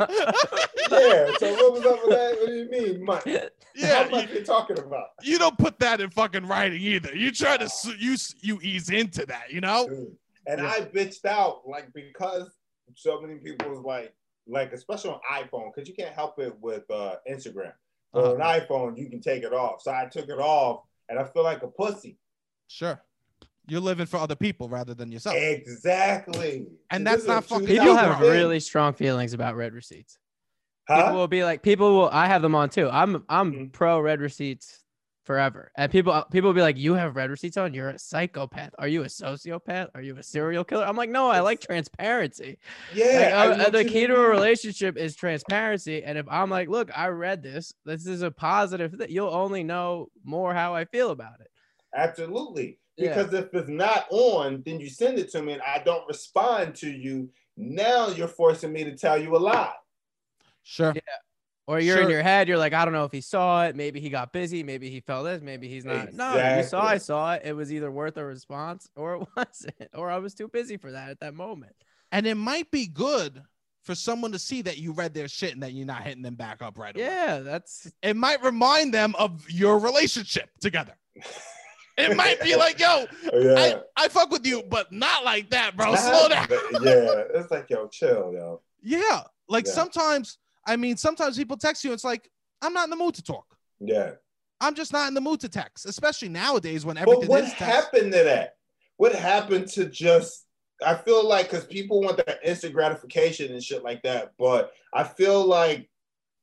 S3: Yeah. So what was up with that? What do you mean, money? How
S1: yeah,
S3: much
S1: you,
S3: you talking about?
S1: you don't put that in fucking writing either. You try to s- you s- you ease into that, you know?
S3: Dude. And
S2: Yeah.
S3: I bitched out like because so many people was like, like especially on iPhone, because you can't help it with uh, Instagram. But
S1: Uh-huh.
S3: on iPhone, you can take it off. So I took it off, and I feel like a pussy.
S1: Sure. You're living for other people rather than yourself.
S3: Eh, Exactly.
S1: Oh. And
S3: This
S1: that's
S3: is
S1: not
S3: a
S1: fucking-
S2: People
S3: 2000
S2: have
S3: thing.
S2: really strong feelings about red receipts. People
S3: Huh?
S2: will be like, people will. I have them on too. I'm I'm
S3: Mhm.
S2: pro red receipts forever. And people uh, people will be like, you have red receipts on. You're a psychopath. Are you a sociopath? Are you a serial killer? I'm like, no. I like transparency. Like,
S3: Yeah.
S2: uh,
S3: I
S2: uh,
S3: want
S2: the
S3: you
S2: key to
S3: know.
S2: a relationship is transparency. And if I'm like, look, I read this. This is a positive. That you'll only know more how I feel about it.
S3: Absolutely.
S2: Yeah.
S3: Because if it's not on, then you send it to me, and I don't respond to you. Now you're forcing me to tell you a lie.
S1: Sure.
S2: Or you're in
S1: Sure.
S2: your head, you're like, I don't know if he saw it. Maybe he got busy. Maybe he felt this. Maybe he's not. No, you saw, I
S3: Exactly.
S2: saw it. It was either worth a response or it wasn't. Or I was too busy for that at that moment.
S1: And it might be good for someone to see that you read their shit and that you're not hitting them back up right away.
S2: Yeah, that's
S1: it might remind them of your relationship together. It might be like, yo,
S3: Yeah.
S1: I, I fuck with you, but not like that, bro.
S3: Nah,
S1: Slow down.
S3: but yeah, it's like yo, chill, yo.
S1: Yeah. Like
S3: Yeah.
S1: sometimes, I mean, sometimes people text you, it's like, I'm not in the mood to talk.
S3: Yeah.
S1: I'm just not in the mood to text, especially nowadays when
S3: But
S1: everything
S3: what
S1: is text.
S3: happened to that? What happened to just? I feel like because people want that instant gratification and shit like that, but I feel like,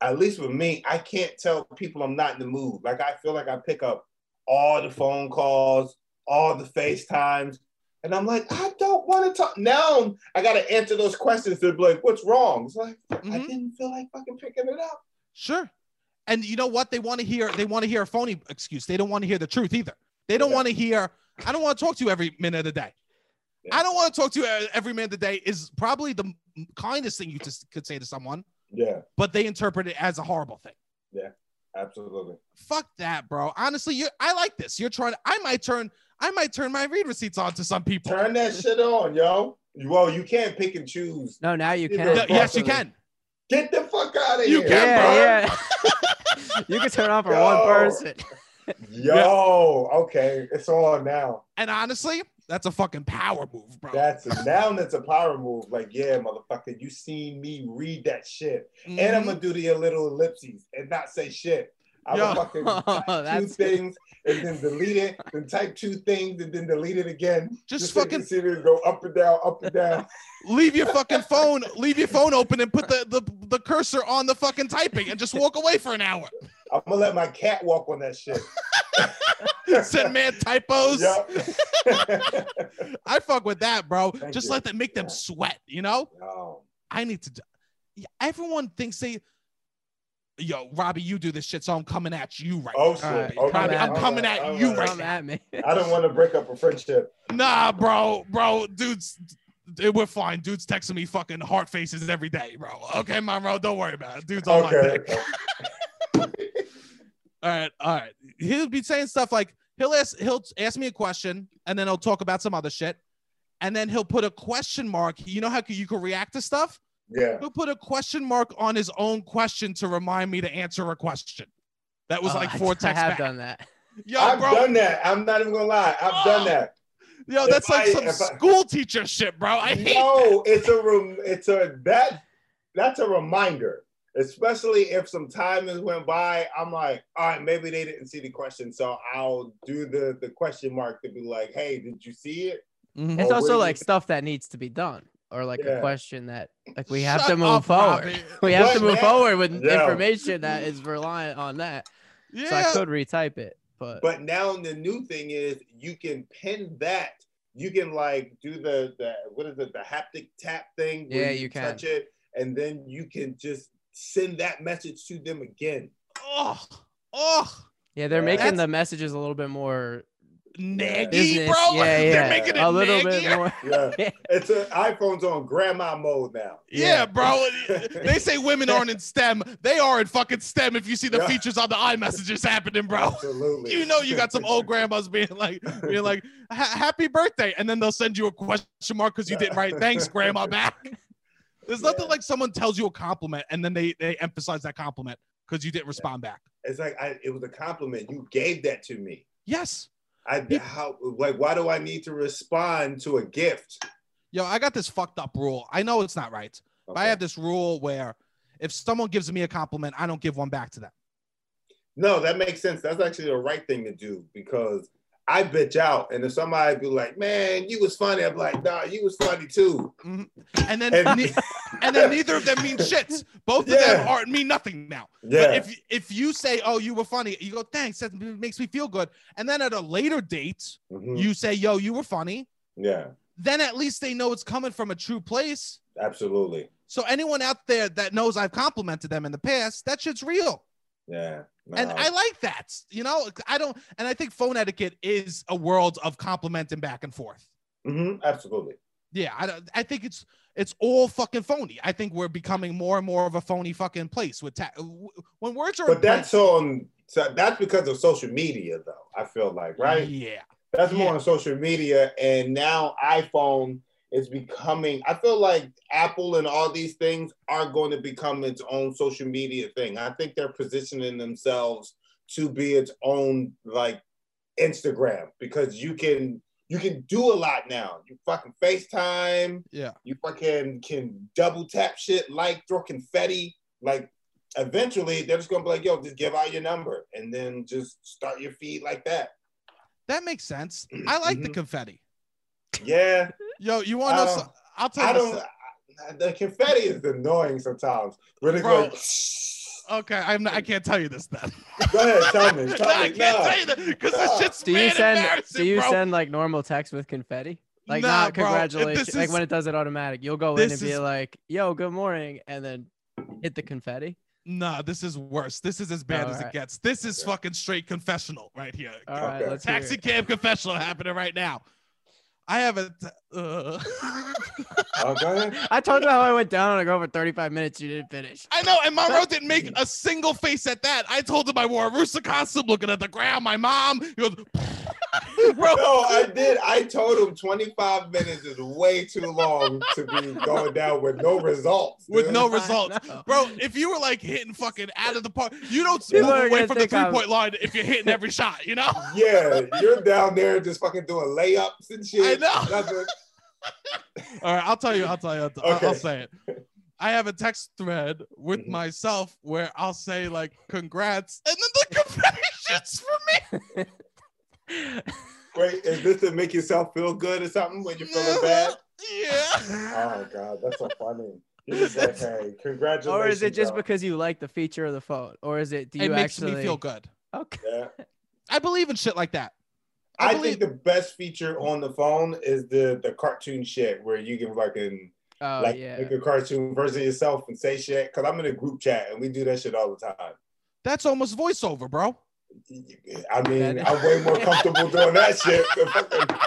S3: at least with me, I can't tell people I'm not in the mood. Like I feel like I pick up all the phone calls, all the FaceTimes, and I'm like, I don't want to talk. Now I got to answer those questions. They're like, what's wrong? It's like I
S1: Mhm.
S3: didn't feel like fucking picking it up.
S1: Sure. And you know what? They want to hear they want to hear a phony excuse. They don't want to hear the truth either. They don't
S3: Yeah.
S1: want to hear, I don't want to talk to you every minute of the day.
S3: Yeah.
S1: I don't want to talk to you e- every minute of the day is probably the m- kindest thing you just could say to someone,
S3: Yeah,
S1: but they interpret it as a horrible thing.
S3: absolutely.
S1: Fuck that, bro. Honestly, you I like this. You're trying I might turn I might turn my read receipts on to some people.
S3: Turn that shit on, yo. Well, you can't pick and choose.
S2: no, now you
S3: You
S2: can.
S1: No, yes, you
S3: Awesome.
S1: can.
S3: Get the fuck out of
S1: You
S3: here.
S1: can,
S2: yeah, yeah. you can turn off for one
S3: Yo.
S2: person.
S3: Yo, okay. It's on now.
S1: And honestly, that's a fucking power move, bro.
S3: That's a, now that's a power move. Like, yeah, motherfucker, you seen me read that shit.
S1: Mhm.
S3: And I'm gonna do the little ellipses and not say shit. I'm
S1: Yo.
S3: gonna fucking type two
S2: That's-
S3: things and then delete it, then type two things and then delete it again.
S1: just
S3: so you can
S1: fucking
S3: see it go up and down, up and down.
S1: leave your fucking phone, leave your phone open and put the, the, the cursor on the fucking typing and just walk away for an hour.
S3: I'm gonna let my cat walk on that shit.
S1: Send man typos.
S3: Yup.
S1: I fuck with that, bro.
S3: Thank
S1: just
S3: you.
S1: let them make them
S3: Yeah.
S1: sweat, you know?
S3: Yo,
S1: I need to. d- Yeah, Everyone thinks they. Yo, Robbie, you do this shit, so I'm coming at you right
S3: Oh,
S1: now.
S3: shit.
S2: Alright,
S1: Robbie,
S2: come at
S1: I'm
S2: me.
S1: coming
S3: Alright,
S1: at you
S3: alright.
S1: right
S2: Come
S1: now.
S2: at me.
S3: I don't want to break up a friendship.
S1: Nah, bro, bro, dudes, dude, we're fine. Dudes texting me fucking heart faces every day, bro. Okay, Monroe, don't worry about it. Dudes on my
S3: Okay.
S1: dick. All right, all right. He'll be saying stuff like he'll ask he'll ask me a question and then he'll talk about some other shit. And then he'll put a question mark. You know how you can react to stuff?
S3: Yeah.
S1: He'll put a question mark on his own question to remind me to answer a question. That was
S2: Oh,
S1: like
S2: I-
S1: four
S2: I
S1: texts
S2: have
S1: back.
S2: done that.
S1: Yo,
S3: I've
S1: bro.
S3: done that. I'm not even gonna lie. I've
S2: Oh,
S3: done that.
S1: yo,
S3: if
S1: that's like
S3: I-
S1: some
S3: if I-
S1: school teacher shit, bro. I hate
S3: no, it's a rem- it's a that that's a reminder, especially if some time has went by. I'm like, all right, maybe they didn't see the question, so I'll do the the question mark to be like, hey, did you see it?
S2: It's
S1: Mhm.
S3: Or
S2: also
S3: where
S2: like
S3: you-
S2: stuff that needs to be done, or like a
S3: Yeah.
S2: question that like we have
S1: Shut
S2: to move
S1: up,
S2: forward.
S1: Robbie.
S2: We have to
S3: But-
S2: move forward with
S3: Yeah.
S2: information that is reliant on that. So I
S1: Yeah.
S2: could retype it, but,
S3: But now the new thing is you can pin that. You can like do the the what is it the haptic tap thing?
S2: Yeah, you can.
S3: touch it, and then you can just send that message to them again.
S1: Oh, oh,
S2: yeah, they're
S3: Yeah.
S2: making
S1: That's-
S2: the messages a little bit more
S1: naggy,
S2: business.
S1: bro.
S2: yeah, yeah,
S1: They're making it
S2: a little
S1: naggier.
S2: bit more.
S3: Yeah, it's a, iPhone's on grandma mode now.
S1: Yeah, bro. they say women aren't in STEM. They are in fucking STEM if you see the
S3: Yeah.
S1: features on the iMessages happening, bro.
S3: Absolutely.
S1: You know you got some old grandmas being like, being like, "Ha- "Happy birthday," and then they'll send you a question mark because you didn't write "Thanks, Grandma" back. There's nothing
S3: Yeah.
S1: like someone tells you a compliment and then they they emphasize that compliment because you didn't respond back.
S3: It's like I, it was a compliment. You gave that to me.
S1: Yes,
S3: I how like why do I need to respond to a gift?
S1: yo, I got this fucked up rule. I know it's not right, but I
S3: Okay.
S1: have this rule where if someone gives me a compliment, I don't give one back to them.
S3: No, that makes sense. That's actually the right thing to do because I bitch out, and if somebody be like, "Man, you was funny," I'm like, "Nah, you was funny too."
S1: And then
S3: And-
S1: ne- and then neither of them mean shits. Both of them
S3: Yeah.
S1: are mean nothing now. But
S3: Yeah,
S1: if if you say, "Oh, you were funny," you go, "Thanks, that makes me feel good." And then at a later date,
S3: Mhm.
S1: you say, "Yo, you were funny."
S3: yeah,
S1: Then at least they know it's coming from a true place.
S3: absolutely.
S1: So anyone out there that knows I've complimented them in the past, that shit's real,
S3: Yeah,
S1: and
S3: Nah.
S1: I like that. You know, I don't, and I think phone etiquette is a world of complimenting back and forth.
S3: Mhm, absolutely.
S1: Yeah, I don't- I think it's it's all fucking phony. I think we're becoming more and more of a phony fucking place with ta- when words are.
S3: But
S1: embraced-
S3: that's on. So that's because of social media, though. I feel like right.
S1: Yeah,
S3: That's more
S1: Yeah.
S3: on social media, and now iPhone is becoming. I feel like Apple and all these things are going to become its own social media thing. I think they're positioning themselves to be its own like Instagram because you can you can do a lot now. You fucking FaceTime.
S1: Yeah.
S3: You fucking can double tap shit, like throw confetti, like. Eventually, they're just gonna be like, "Yo, just give out your number, and then just start your feed like that."
S1: that makes sense. I like the
S3: Mhm.
S1: confetti.
S3: Yeah,
S1: Yo, you want to? know
S3: I don't-
S1: some- I'll tell you.
S3: I
S1: this-
S3: don't. I- The confetti is annoying sometimes. When it's
S1: Bro.
S3: like,
S1: Okay, I'm not, I can't tell you this then.
S3: go ahead, tell me.
S1: No,
S3: Tell
S1: I
S3: me.
S1: can't
S3: No.
S1: tell you that because this
S3: No.
S1: shit's
S2: do you
S1: mad
S2: send
S1: embarrassing,
S2: do you
S1: bro.
S2: send like normal text with confetti? Like
S1: Nah,
S2: not
S1: bro. It-
S2: congratulations.
S1: this
S2: like
S1: is-
S2: when it does it automatic, you'll go in
S1: this
S2: and be
S1: is-
S2: like, "Yo, good morning," and then hit the confetti.
S1: nah, this is worse. This is as bad as it
S2: Oh, Alright.
S1: gets. This is
S3: Okay.
S1: fucking straight confessional right here.
S2: All right,
S3: Okay.
S2: let's hear
S1: Taxi
S2: it.
S1: cab confessional happening right now. I haven't. Uh,
S3: Oh, go ahead.
S2: I told you how I went down on a girl for 35 minutes. You didn't finish.
S1: I know, and Monroe didn't make a single face at that. I told him I wore a rooster costume, looking at the ground. My mom, he goes, bro.
S3: No, I did. I told him 25 minutes is way too long to be going down with no results.
S1: With
S3: dude.
S1: no
S2: I
S1: results.
S2: know.
S1: Bro, if you were like hitting fucking out of the park, you don't
S2: People
S1: move
S2: are
S1: away
S2: gonna
S1: from the
S2: think
S1: three
S2: I'm-
S1: point line if you're hitting every shot, you know?
S3: Yeah, you're down there just fucking doing layups and
S1: I
S3: shit.
S1: know.
S3: Nothing.
S1: All right, I'll tell you. I'll tell you. I'll, I'll- I'll
S3: Okay.
S1: say it. I have a text thread with
S3: Mhm.
S1: myself where I'll say like "congrats" and then the confessions for me.
S3: Wait, is this to make yourself feel good or something when you're feeling bad?
S1: Yeah.
S3: Oh God, that's so funny. You're just like, hey, congratulations.
S2: or is it just
S3: bro.
S2: because you like the feature of the phone, or is it do you
S1: it makes
S2: actually
S1: me feel good.
S2: Okay.
S3: Yeah.
S1: I believe in shit like that. I
S3: I,
S1: believe-
S3: think the best feature on the phone is the the cartoon shit where you can fucking
S2: Oh
S3: like
S2: yeah.
S3: make a cartoon version of yourself and say shit. Cause I'm in a group chat and we do that shit all the time.
S1: That's almost voiceover, bro.
S3: I mean,
S2: That-
S3: I'm way more comfortable doing that shit. than fucking-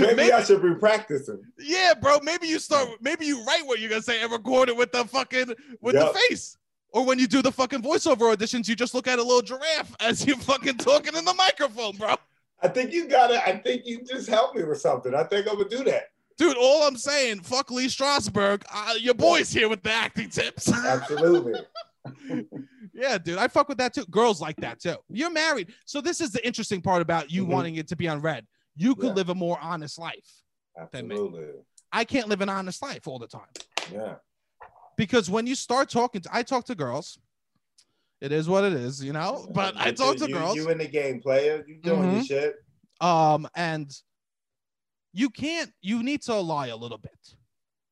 S3: Maybe,
S1: Maybe-
S3: I should be practicing.
S1: yeah, bro. Maybe you start. Maybe you write what you're gonna say and record it with the fucking with
S3: Yup.
S1: the face. Or when you do the fucking voiceover auditions, you just look at a little giraffe as you're fucking talking in the microphone, bro.
S3: I think you gotta. I think you just helped me with something. I think I'm gonna do that.
S1: Dude, all I'm saying, fuck Lee Strasberg. Uh, your boy's here with the acting tips.
S3: Absolutely.
S1: Yeah, dude, I fuck with that too. Girls like that too. You're married, so this is the interesting part about you
S3: Mhm.
S1: wanting it to be on red. You could
S3: Yeah.
S1: live a more honest life. That makes-
S3: Absolutely.
S1: I can't live an honest life all the time
S3: Yeah.
S1: because when you start talking, to, I talk to girls. It is what it is, you know. Oh, But I
S3: You-
S1: talk to
S3: you,
S1: girls. Mm-hmm.
S3: You in the game, player. You doing your shit.
S1: um and you can't you need to lie a little bit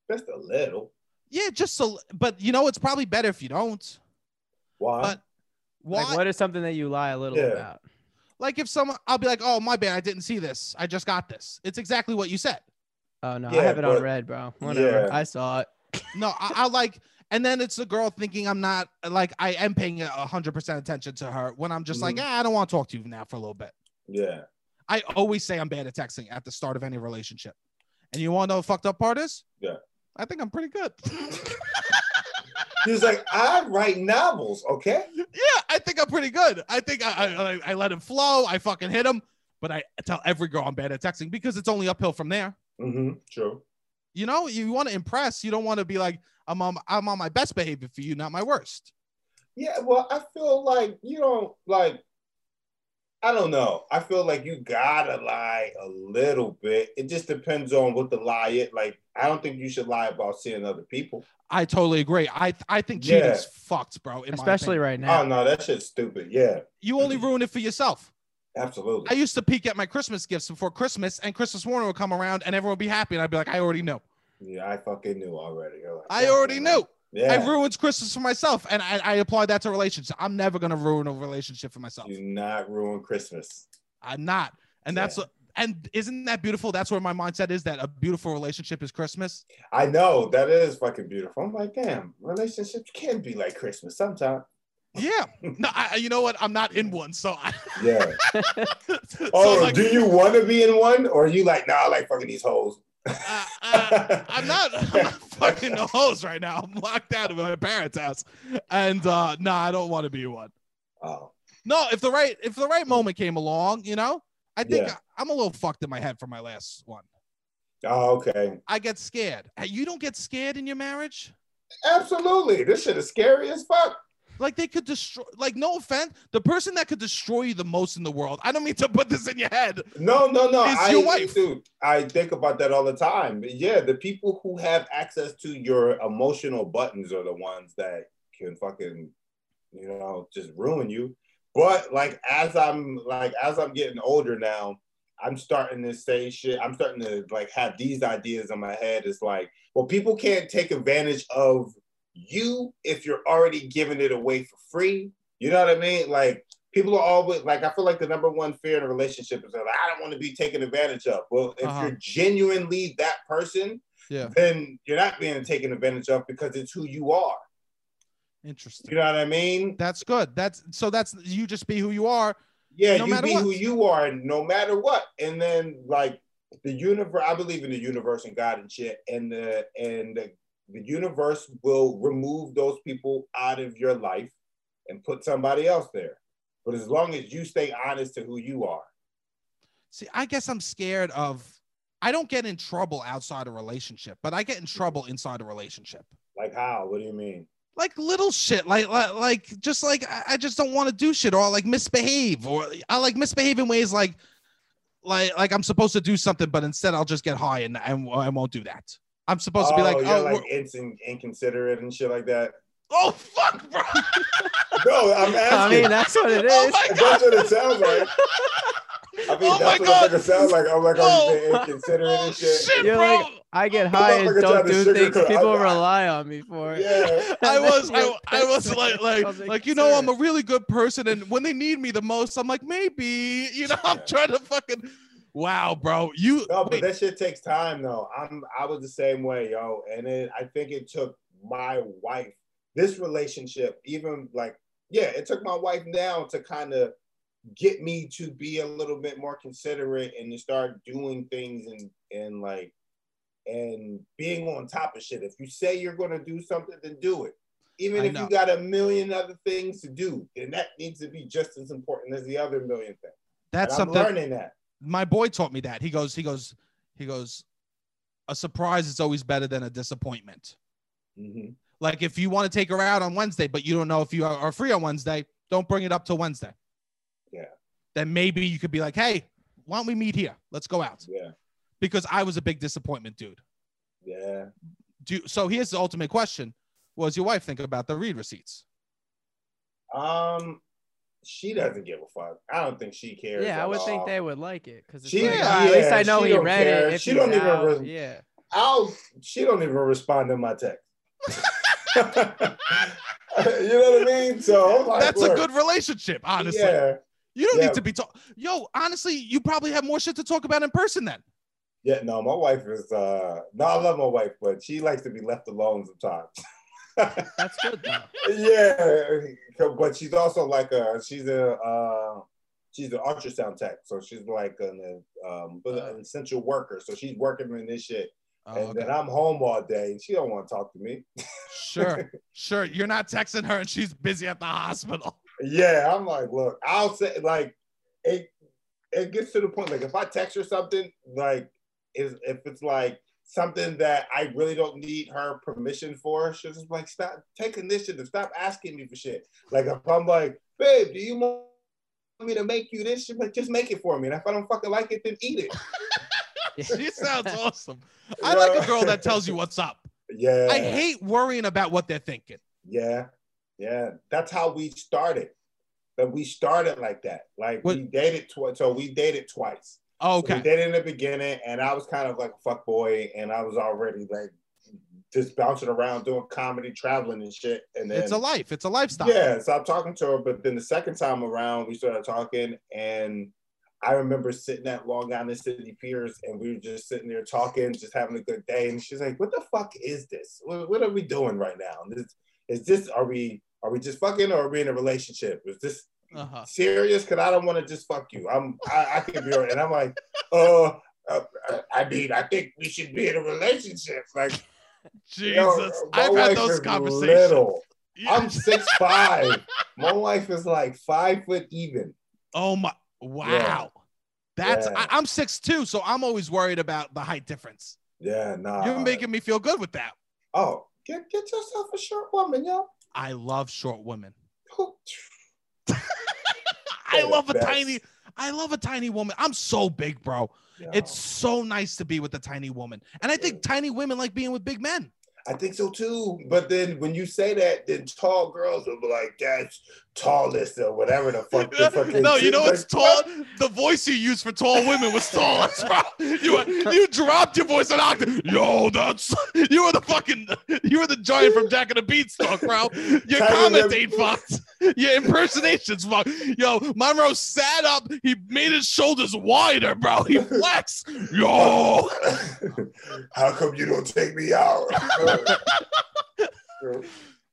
S3: Just a little.
S1: yeah just so but you know it's probably better if you don't
S3: Why?
S1: But- why
S2: Like,
S1: like,
S2: what is something that you lie a little
S3: Yeah.
S2: about?
S1: if someone i'll be like oh my bad i didn't see this i just got this it's exactly what you said
S2: Oh no, I
S3: Yeah,
S2: have it on
S3: but-
S2: red, bro. Whatever.
S3: Yeah.
S2: I saw it.
S1: no I, I like and then it's the girl thinking i'm not like i am paying a 100% attention to her when i'm just like
S3: Mhm.
S1: ah, i don't want to talk to you now for a little bit
S3: yeah.
S1: i always say i'm bad at texting at the start of any relationship and you want to know what fucked up part is
S3: Yeah.
S1: i think i'm pretty good
S3: He was like, I write novels, okay?
S1: Yeah, I think I'm pretty good. I think I, I I- I let him flow. I fucking hit him, but I tell every girl I'm bad at texting because it's only uphill from there.
S3: Mm-hmm. True.
S1: You know, you want to impress. You don't want to be like I'm on I'm on my best behavior for you, not my worst.
S3: Yeah, well, I feel like you don't like. I don't know. I feel like you gotta lie a little bit. It just depends on what the lie is. Like, I don't think you should lie about seeing other people.
S1: I totally agree. I I think
S3: Yeah.
S1: cheating's fucked, bro. in my
S2: Especially
S1: opinion.
S2: right now.
S3: Oh no, that shit's stupid. Yeah,
S1: you only ruin it for yourself. I
S3: absolutely.
S1: used to peek at my Christmas gifts before Christmas, and Christmas morning would come around, and everyone would be happy, and I'd be like, I already knew.
S3: yeah, I fucking knew already. You're like,
S1: I already
S3: "Goddamn."
S1: knew.
S3: Yeah,
S1: I ruined Christmas for myself, and I, I apply that to relationships. I'm never gonna ruin a relationship for myself.
S3: do not ruin Christmas.
S1: I'm not. And that's
S3: Yeah.
S1: what and isn't that beautiful? That's where my mindset is that a beautiful relationship is Christmas.
S3: I know that is fucking beautiful. I'm like, damn, relationships can be like Christmas sometimes.
S1: Yeah. No, I, I- you know what? I'm not in one, so I.
S3: Yeah.
S1: so
S3: Oh,
S1: like,
S3: do you want to be in one, or are you like, nah, I like fucking these hoes?
S1: uh, uh, I'm not. I'm not fucking the hoes right now. I'm locked out of my parents' house, and uh no, I don't want to be one.
S3: Oh,
S1: No, if the right if the right moment came along, you know, I think
S3: Yeah.
S1: I, am a little fucked in my head for my last one.
S3: oh, okay.
S1: I get scared. Uh, You don't get scared in your marriage.
S3: Absolutely. This shit is scary as fuck.
S1: Like they could destroy. Like no offense, the person that could destroy you the most in the world. I don't mean to put this in your head.
S3: No, no, no.
S1: It's
S3: I,
S1: your wife.
S3: Dude, I think about that all the time. Yeah, the people who have access to your emotional buttons are the ones that can fucking, you know, just ruin you. But like as I'm like as I'm getting older now, I'm starting to say shit. I'm starting to like have these ideas in my head. It's like, well, people can't take advantage of you if you're already giving it away for free. You know what I mean? Like people are always like, I feel like the number one fear in a relationship is that I don't want to be taken advantage of. Well, if
S1: Uh-huh.
S3: you're genuinely that person,
S1: Yeah.
S3: then you're not being taken advantage of because it's who you are.
S1: Interesting.
S3: You know what I mean?
S1: That's good. That's so. That's you. Just be who you are.
S3: Yeah,
S1: No
S3: you
S1: matter
S3: be
S1: what.
S3: who you are, no matter what. And then like the universe, I believe in the universe and God and shit, and the and the, the universe will remove those people out of your life and put somebody else there. But as long as you stay honest to who you are,
S1: See, I guess I'm scared of. I don't get in trouble outside a relationship, but I get in trouble inside a relationship.
S3: like how? What do you mean?
S1: Like little shit, like like, like just like I I just don't want to do shit or like misbehave or I like misbehave in ways like like like I'm supposed to do something, but instead I'll just get high and and I won't do that. I'm supposed to be like,
S3: you're
S1: oh,
S3: like
S1: we're-
S3: incon- inconsiderate and shit like that.
S1: oh fuck, bro.
S3: No,
S2: Oh,
S3: I'm
S2: I mean,
S3: asking.
S2: that's what it
S1: Oh
S2: is.
S1: my
S3: that's what it sounds like. I mean,
S1: oh my
S3: that's what
S1: god.
S3: the nigga sounds like. I'm like,
S1: Oh.
S3: are you being inconsiderate
S1: Oh
S3: and shit?
S1: shit,
S2: You're
S1: bro.
S2: like- I get high and
S3: Motherfucker
S2: don't
S3: tried to
S2: do things
S3: sugarcoat- I-
S2: people
S3: I-
S2: rely on me for. it.
S3: Yeah.
S1: I
S2: And then
S1: was, I,
S2: you're
S1: I was
S2: pissed
S1: like,
S2: off. I
S1: like,
S2: was
S1: like, you know, I'm a
S2: sir.
S1: really good person, and when they need me the most, I'm like, maybe, you know, I'm
S3: Yeah.
S1: trying to fucking, wow, bro, you,
S3: No, but
S1: wait,
S3: that shit takes time though. I'm I was the same way, yo. And it, I think it took my wife, this relationship, even like, yeah, it took my wife now to kind of get me to be a little bit more considerate and to start doing things and and like and being on top of shit. If you say you're gonna do something, then do it. Even
S1: I
S3: if
S1: know.
S3: you got a million other things to do, then that needs to be just as important as the other million things. And
S1: that's
S3: I'm
S1: something.
S3: learning that.
S1: My boy taught me that. He goes, he goes, he goes, a surprise is always better than a disappointment.
S3: Mhm.
S1: Like if you want to take her out on Wednesday, but you don't know if you are, are free on Wednesday, don't bring it up till Wednesday.
S3: Yeah.
S1: Then maybe you could be like, hey, why don't we meet here? Let's go out.
S3: Yeah.
S1: Because I was a big disappointment, dude.
S3: Yeah.
S1: Do so here's the ultimate question. What does your wife think about the read receipts?
S3: Um, she doesn't give a fuck. I don't think she cares.
S2: Yeah, I
S3: at
S2: would think
S3: all.
S2: they would like it because
S3: She-
S2: like,
S1: yeah,
S2: ah, at least I
S3: yeah,
S2: know
S3: she
S2: he
S3: don't
S2: read
S3: care.
S2: it. If
S3: She
S2: he's
S3: don't even
S2: out,
S3: res-
S2: yeah.
S3: I'll. She don't even respond to my text. you know what I mean? So I'm like,
S1: That's a
S3: look,
S1: good relationship, honestly.
S3: Yeah,
S1: You don't
S3: Yeah.
S1: need to be talk. Yo, honestly, you probably have more shit to talk about in person then.
S3: yeah. No, my wife is. uh No, I love my wife, but she likes to be left alone sometimes.
S2: That's good though.
S3: yeah, but she's also like a she's a uh, she's an ultrasound tech, so she's like an, um, but an essential worker. So she's working in this shit,
S1: Uh. Oh,
S3: and
S1: okay.
S3: then I'm home all day, and she don't want to talk to me.
S1: Sure, sure. You're not texting her and she's busy at the hospital.
S3: Yeah, I'm like, look, I'll say like it. It gets to the point like if I text her something like is if it's like something that I really don't need her permission for, she'll just be like stop take initiative, stop asking me for shit. Like if I'm like, babe, do you want me to make you this? She's like, just make it for me, and if I don't fucking like it, then eat it.
S1: She sounds awesome. I like a girl that tells you what's up.
S3: Yeah,
S1: I hate worrying about what they're thinking.
S3: Yeah, yeah. That's how we started. That we started like that. Like we dated twice. So we dated twice. We
S1: Okay.
S3: did in the beginning, and I was kind of like a fuck boy, and I was already like just bouncing around doing comedy, traveling and shit. And then
S1: It's a life. It's a lifestyle.
S3: yeah, so I'm talking to her, but then the second time around, we started talking, and I remember sitting at Long Island City Piers, and we were just sitting there talking, just having a good day. And she's like, "What the fuck is this? What, what are we doing right now? This, is this? Are we are we just fucking, or are we in a relationship? Is this
S1: Uh-huh.
S3: serious because I don't want to just fuck you. I'm I, I could be and I'm like, uh, uh, I mean, I think we should be in a relationship. Like
S1: Jesus.
S3: yo, my
S1: I've had
S3: wife
S1: those
S3: is
S1: conversations.
S3: little.
S1: Yeah.
S3: I'm six five. My wife is like five foot even.
S1: Oh my wow. That's
S3: Yeah.
S1: I, I'm six two, so I'm always worried about the height difference.
S3: Yeah, nah.
S1: You're making me feel good with that.
S3: oh get get yourself a short woman, yo.
S1: I love short women.
S3: Who-
S1: I
S3: They're the
S1: love a
S3: best.
S1: tiny. I love a tiny woman. I'm so big, bro.
S3: Yo.
S1: It's so
S3: Oh.
S1: nice to be with a tiny woman, and I think tiny women like being with big men.
S3: I think so too. But then when you say that, then tall girls will be like, that's tallest or whatever the fuck. the fucking-
S1: no, you know
S3: Like,
S1: it's tall. The voice you used for tall women was tall, bro. You you dropped your voice an octave. Yo, that's you were the fucking you were the giant from Jack and the Beanstalk, bro. Your
S3: Tiny
S1: comment
S3: women.
S1: ain't fucked. Your impersonations fucked. Yo, Monroe sat up. He made his shoulders wider, bro. He flexed. Yo,
S3: How come you don't take me out?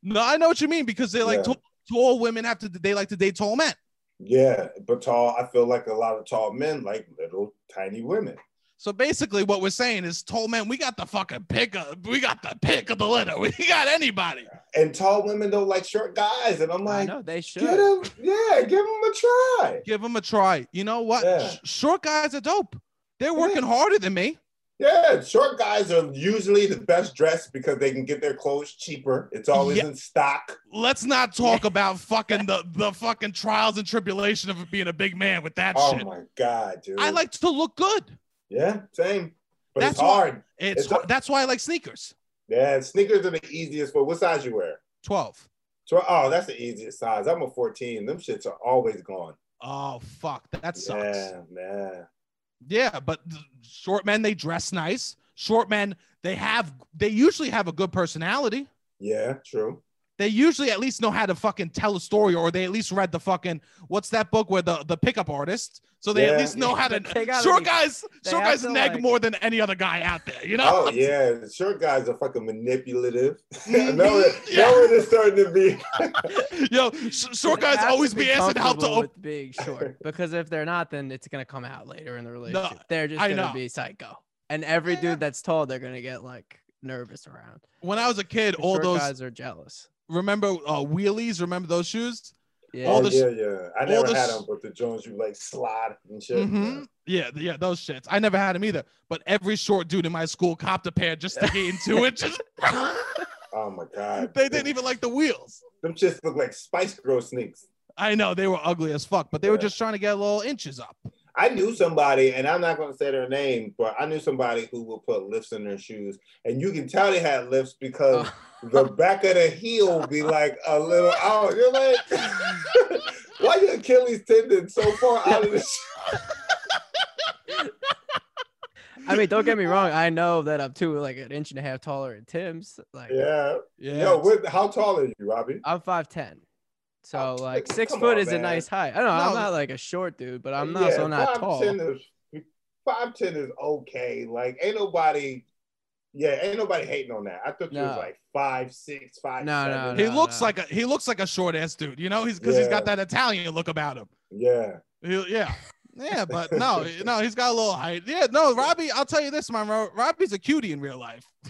S1: no, I know what you mean because they like
S3: Yeah.
S1: tall, tall women have to. They like to date tall men.
S3: yeah, but tall, I feel like a lot of tall men like little tiny women.
S1: So basically, what we're saying is, tall men, we got the fucking pick of, we got the pick of the litter. We got anybody.
S3: And tall women don't like short guys. And I'm
S2: I
S3: like,
S2: know they should.
S3: get him, yeah, give him a try.
S1: Give them a try. You know what?
S3: Yeah.
S1: Sh- Short guys are dope. They're working harder than me.
S3: Yeah, short guys are usually the best dressed because they can get their clothes cheaper. It's always
S1: Yeah.
S3: in stock.
S1: Let's not talk about fucking the the fucking trials and tribulation of being a big man with that
S3: Oh
S1: shit.
S3: my God, dude.
S1: I like to look good.
S3: Yeah, same. But
S1: That's
S3: it's
S1: why-
S3: hard.
S1: It's,
S3: It's a-
S1: hard- that's why I like sneakers.
S3: yeah, sneakers are the easiest. But what size you wear?
S1: Twelve.
S3: Tw- Oh, that's the easiest size. I'm a 14. Them shits are always gone.
S1: Oh fuck, that sucks.
S3: Yeah, man.
S1: Yeah, but th- short men they dress nice. Short men they have they usually have a good personality.
S3: Yeah, true.
S1: they usually at least know how to fucking tell a story or they at least read the fucking what's that book where the the pickup artist so they at
S3: Yeah.
S1: least know how to
S2: They gotta
S1: short
S2: be-
S1: guys
S2: they
S1: short
S2: have
S1: guys
S2: to,
S1: nag
S2: like-
S1: more than any other guy out there you know
S3: Oh yeah, the short guys are fucking manipulative. now,
S1: Mhm.
S3: it-
S1: Yeah.
S3: now it is starting to be. Oh.
S1: yo sh- short
S2: They
S1: guys
S2: have to
S1: always be asking how to
S2: comfortable
S1: open
S2: with being short because if they're not, then it's gonna come out later in the relationship. they're just
S1: I
S2: gonna
S1: know.
S2: be psycho, and every
S1: Yeah.
S2: dude that's tall, they're gonna get like nervous around.
S1: when i was a kid
S2: The
S1: all
S2: short
S1: those
S2: guys are jealous.
S1: remember uh wheelies remember those shoes
S2: Yeah,
S1: All
S3: Oh
S1: the-
S3: yeah, yeah. I
S1: all
S3: never
S1: the
S3: had
S1: s-
S3: them, but the Jones you like slide and shit.
S1: hmm yeah yeah those shits i never had them either but every short dude in my school copped a pair just to get in two inches
S3: Oh my god.
S1: They didn't even like the wheels.
S3: Them just look like Spice Girl sneaks.
S1: I know they were ugly as fuck, but they were
S3: Yeah.
S1: just trying to get little inches up.
S3: I knew somebody, and I'm not going to say their name, but I knew somebody who would put lifts in their shoes, and you can tell they had lifts because the back of the heel would be like a little out. You're like, why your Achilles tendon so far out of the shoe?
S2: I mean, don't get me wrong. I know that I'm too like an inch and a half taller than Tim's. Like
S3: Yeah.
S1: Yeah.
S3: Yo, what, how tall are you, Robbie?
S2: I'm five ten. So
S3: Oh,
S2: like
S3: come
S2: six
S3: on,
S2: foot is a
S3: man.
S2: nice height. I don't know. I'm
S1: No.
S2: not like a short dude, but I'm not so not tall.
S3: 5'10" Is, five ten is okay. Like, ain't nobody. Yeah, ain't nobody hating on that. I thought you was
S2: No.
S3: like five, six, five,
S2: No, no,
S3: seven.
S1: He
S2: no.
S1: looks like a he looks like a short ass dude, you know. He's because he's got
S3: Yeah.
S1: that Italian look about him.
S3: Yeah.
S1: He- yeah, yeah, but no, no, he's got a little height. Yeah, no, Robbie. I'll tell you this, Monroe. Robbie's a cutie in real life,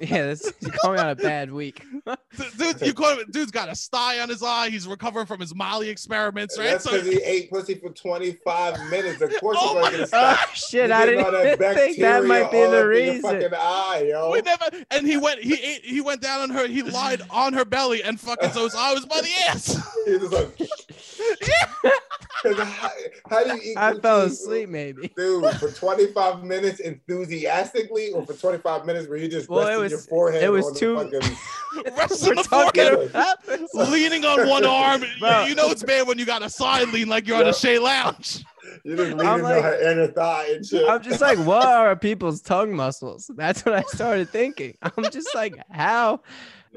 S2: Yeah, this is coming on a bad week.
S1: D- dude. You call him, dude's got a sty on his eye. He's recovering from his Molly experiments, right?
S3: That's
S1: So
S3: because he ate pussy for 25 minutes. Of course,
S1: Oh
S3: he's
S1: my
S3: going to
S2: Oh
S3: stop.
S2: shit!
S3: You
S2: I
S3: get
S2: didn't
S3: all that
S2: even think that
S3: bacteria
S2: might be the
S3: all up in your
S2: reason.
S3: Fucking eye, yo.
S1: we never. And he went. He ate, he went down on her. He lied on her belly and fucking so his eye was by the ass.
S3: He was like, "'Cause how, how do you eat?
S2: I
S3: coochie,
S2: fell asleep, maybe.
S3: dude, for 25 minutes enthusiastically, or for 25 minutes where you just
S2: Well, it
S3: resting your
S2: was-
S3: forehead.
S2: it was
S3: on the
S2: too-
S3: Fucking,
S1: Rest
S2: We're
S1: in the
S2: talking
S1: forehead,
S3: forehead.
S2: about this.
S1: leaning on one arm.
S2: Bro.
S1: You, you know it's bad when you got a side lean like you're on
S3: Yeah.
S1: a Shea Lounge.
S3: you just leaning
S2: I'm
S3: on
S2: like-
S3: her inner thigh and shit.
S2: I'm just like, what are people's tongue muscles? That's what I started thinking. I'm just like, how?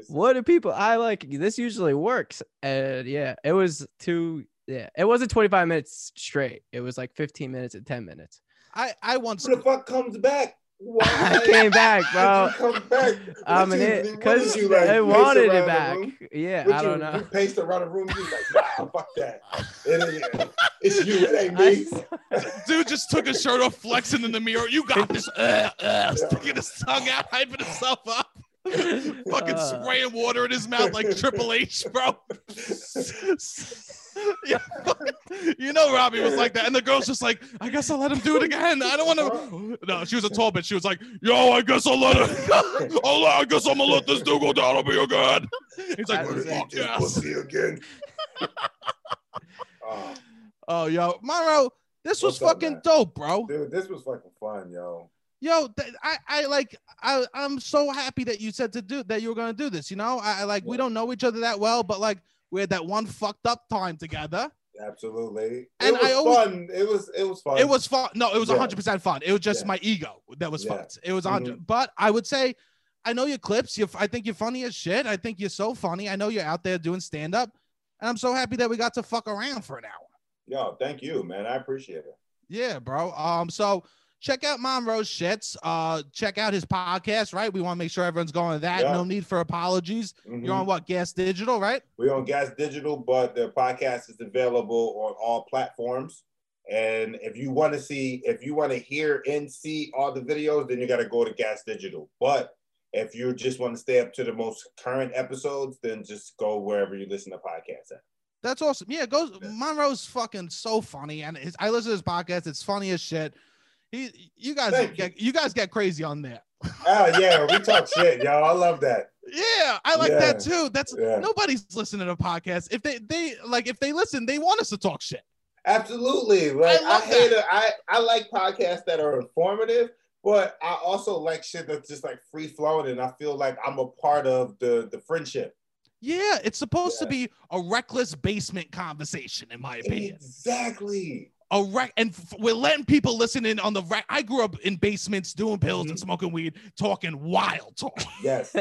S2: What do people? I like this usually works, and yeah, it was too. Yeah, it wasn't 25 minutes straight. It was like 15 minutes and 10 minutes.
S1: I I once
S3: Who the fuck comes back? Why?
S2: I came back, bro.
S3: Did you come back?
S2: I'm
S3: What
S2: an
S3: you-
S2: it
S3: what did
S2: because
S3: you, like,
S2: they
S3: pace
S2: wanted
S3: around
S2: it
S3: the
S2: back.
S3: room?
S2: Yeah,
S3: What
S2: I
S3: you-
S2: don't know.
S3: You paced around the room. You like, nah, fuck that. It ain't- it's you. It ain't
S2: I,
S3: me.
S1: Dude just took his shirt off, flexing in the mirror. You got this. Uh, uh, sticking his tongue out, hyping himself up. Fucking
S2: Uh.
S1: spraying water in his mouth like Triple H, bro. yeah, fucking- you know Robbie was like that, and the girl's just like, "I guess I'll let him do it again. I don't want to." No, she was a tall bitch. She was like, "Yo, I guess I'll let him. I'll, I guess I'm gonna let this dude go down. I'll be again." He's like,
S2: That was it.
S1: "Fuck yes."
S3: pussy again. oh,
S1: Oh, yo, Monroe, this was
S3: What's up,
S1: fucking
S3: man?
S1: dope, bro.
S3: dude, this was fucking fun, yo.
S1: yo th- i i like i i'm so happy that you said to do that you were going to do this you know i, I like we
S3: Yeah.
S1: don't know each other that well but like we had that one fucked up time together
S3: Absolutely.
S1: And
S3: it was
S1: I always-
S3: fun. It was it was fun.
S1: it was fun no it was
S3: Oh, Yeah.
S1: 100% fun it was just
S3: Yeah.
S1: my ego that was
S3: Yeah. Mm-hmm.
S1: fucked it was 100 but i would say i know your clips you i think you're funny as shit i think you're so funny i know you're out there doing stand up and i'm so happy that we got to fuck around for an hour
S3: Yo, thank you, man. I appreciate it.
S1: Yeah, bro. Um, so check out Monroe's shits. Uh, check out his podcast, right? We want to make sure everyone's going to that.
S3: Yeah.
S1: No need for apologies.
S3: Mhm.
S1: You're on what Gas Digital, right?
S3: We're on Gas Digital, but the podcast is available on all platforms. And if you want to see, if you want to hear and see all the videos, then you got to go to Gas Digital. But if you just want to stay up to the most current episodes, then just go wherever you listen to podcasts at.
S1: That's awesome. Yeah, it goes.
S3: Yeah.
S1: Monroe's fucking so funny, and his, I listen to his podcast. It's funny as shit. He, you guys
S3: Thank
S1: get, you guys get crazy on there.
S3: Oh yeah, we talk shit, y'all. I love that.
S1: Yeah, I like that too. That's
S3: Yeah.
S1: nobody's listening to podcasts. If they they like if they listen, they want us to talk shit.
S3: Absolutely. Like I,
S1: love
S3: hate it. I, I like podcasts that are informative, but I also like shit that's just like free flowing and I feel like I'm a part of the the friendship.
S1: Yeah, it's supposed to
S3: Yeah.
S1: be a reckless basement conversation, in my opinion.
S3: Exactly.
S1: a rec and f- we're letting people listen in on the rec. I grew up in basements doing pills
S3: Mm-hmm.
S1: and smoking weed, talking wild talk.
S3: Yes.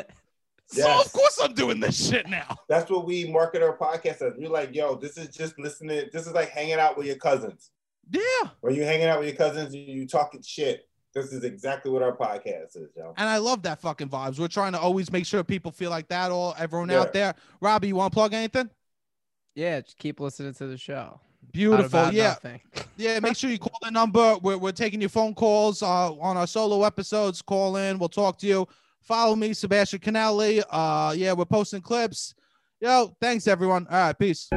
S1: So
S3: Yes.
S1: of course I'm doing this shit now.
S3: That's what we market our podcast as. We're like, yo, this is just listening. This is like hanging out with your cousins.
S1: Yeah,
S3: When you're hanging out with your cousins, you, you talking shit. This is exactly what our podcast is, yo.
S1: and I love that fucking vibes. We're trying to always make sure people feel like that. All everyone out
S3: Yeah.
S1: there, Robbie, you want to plug anything?
S2: yeah, just keep listening to the show. Out
S1: Beautiful,
S2: about
S1: yeah,
S2: nothing.
S1: yeah. Make sure you call the number. We're, we're taking your phone calls uh, on our solo episodes. Call in, we'll talk to you. Follow me, Sebastian Canali. Uh, yeah, we're posting clips. Yo, thanks everyone. All right, peace.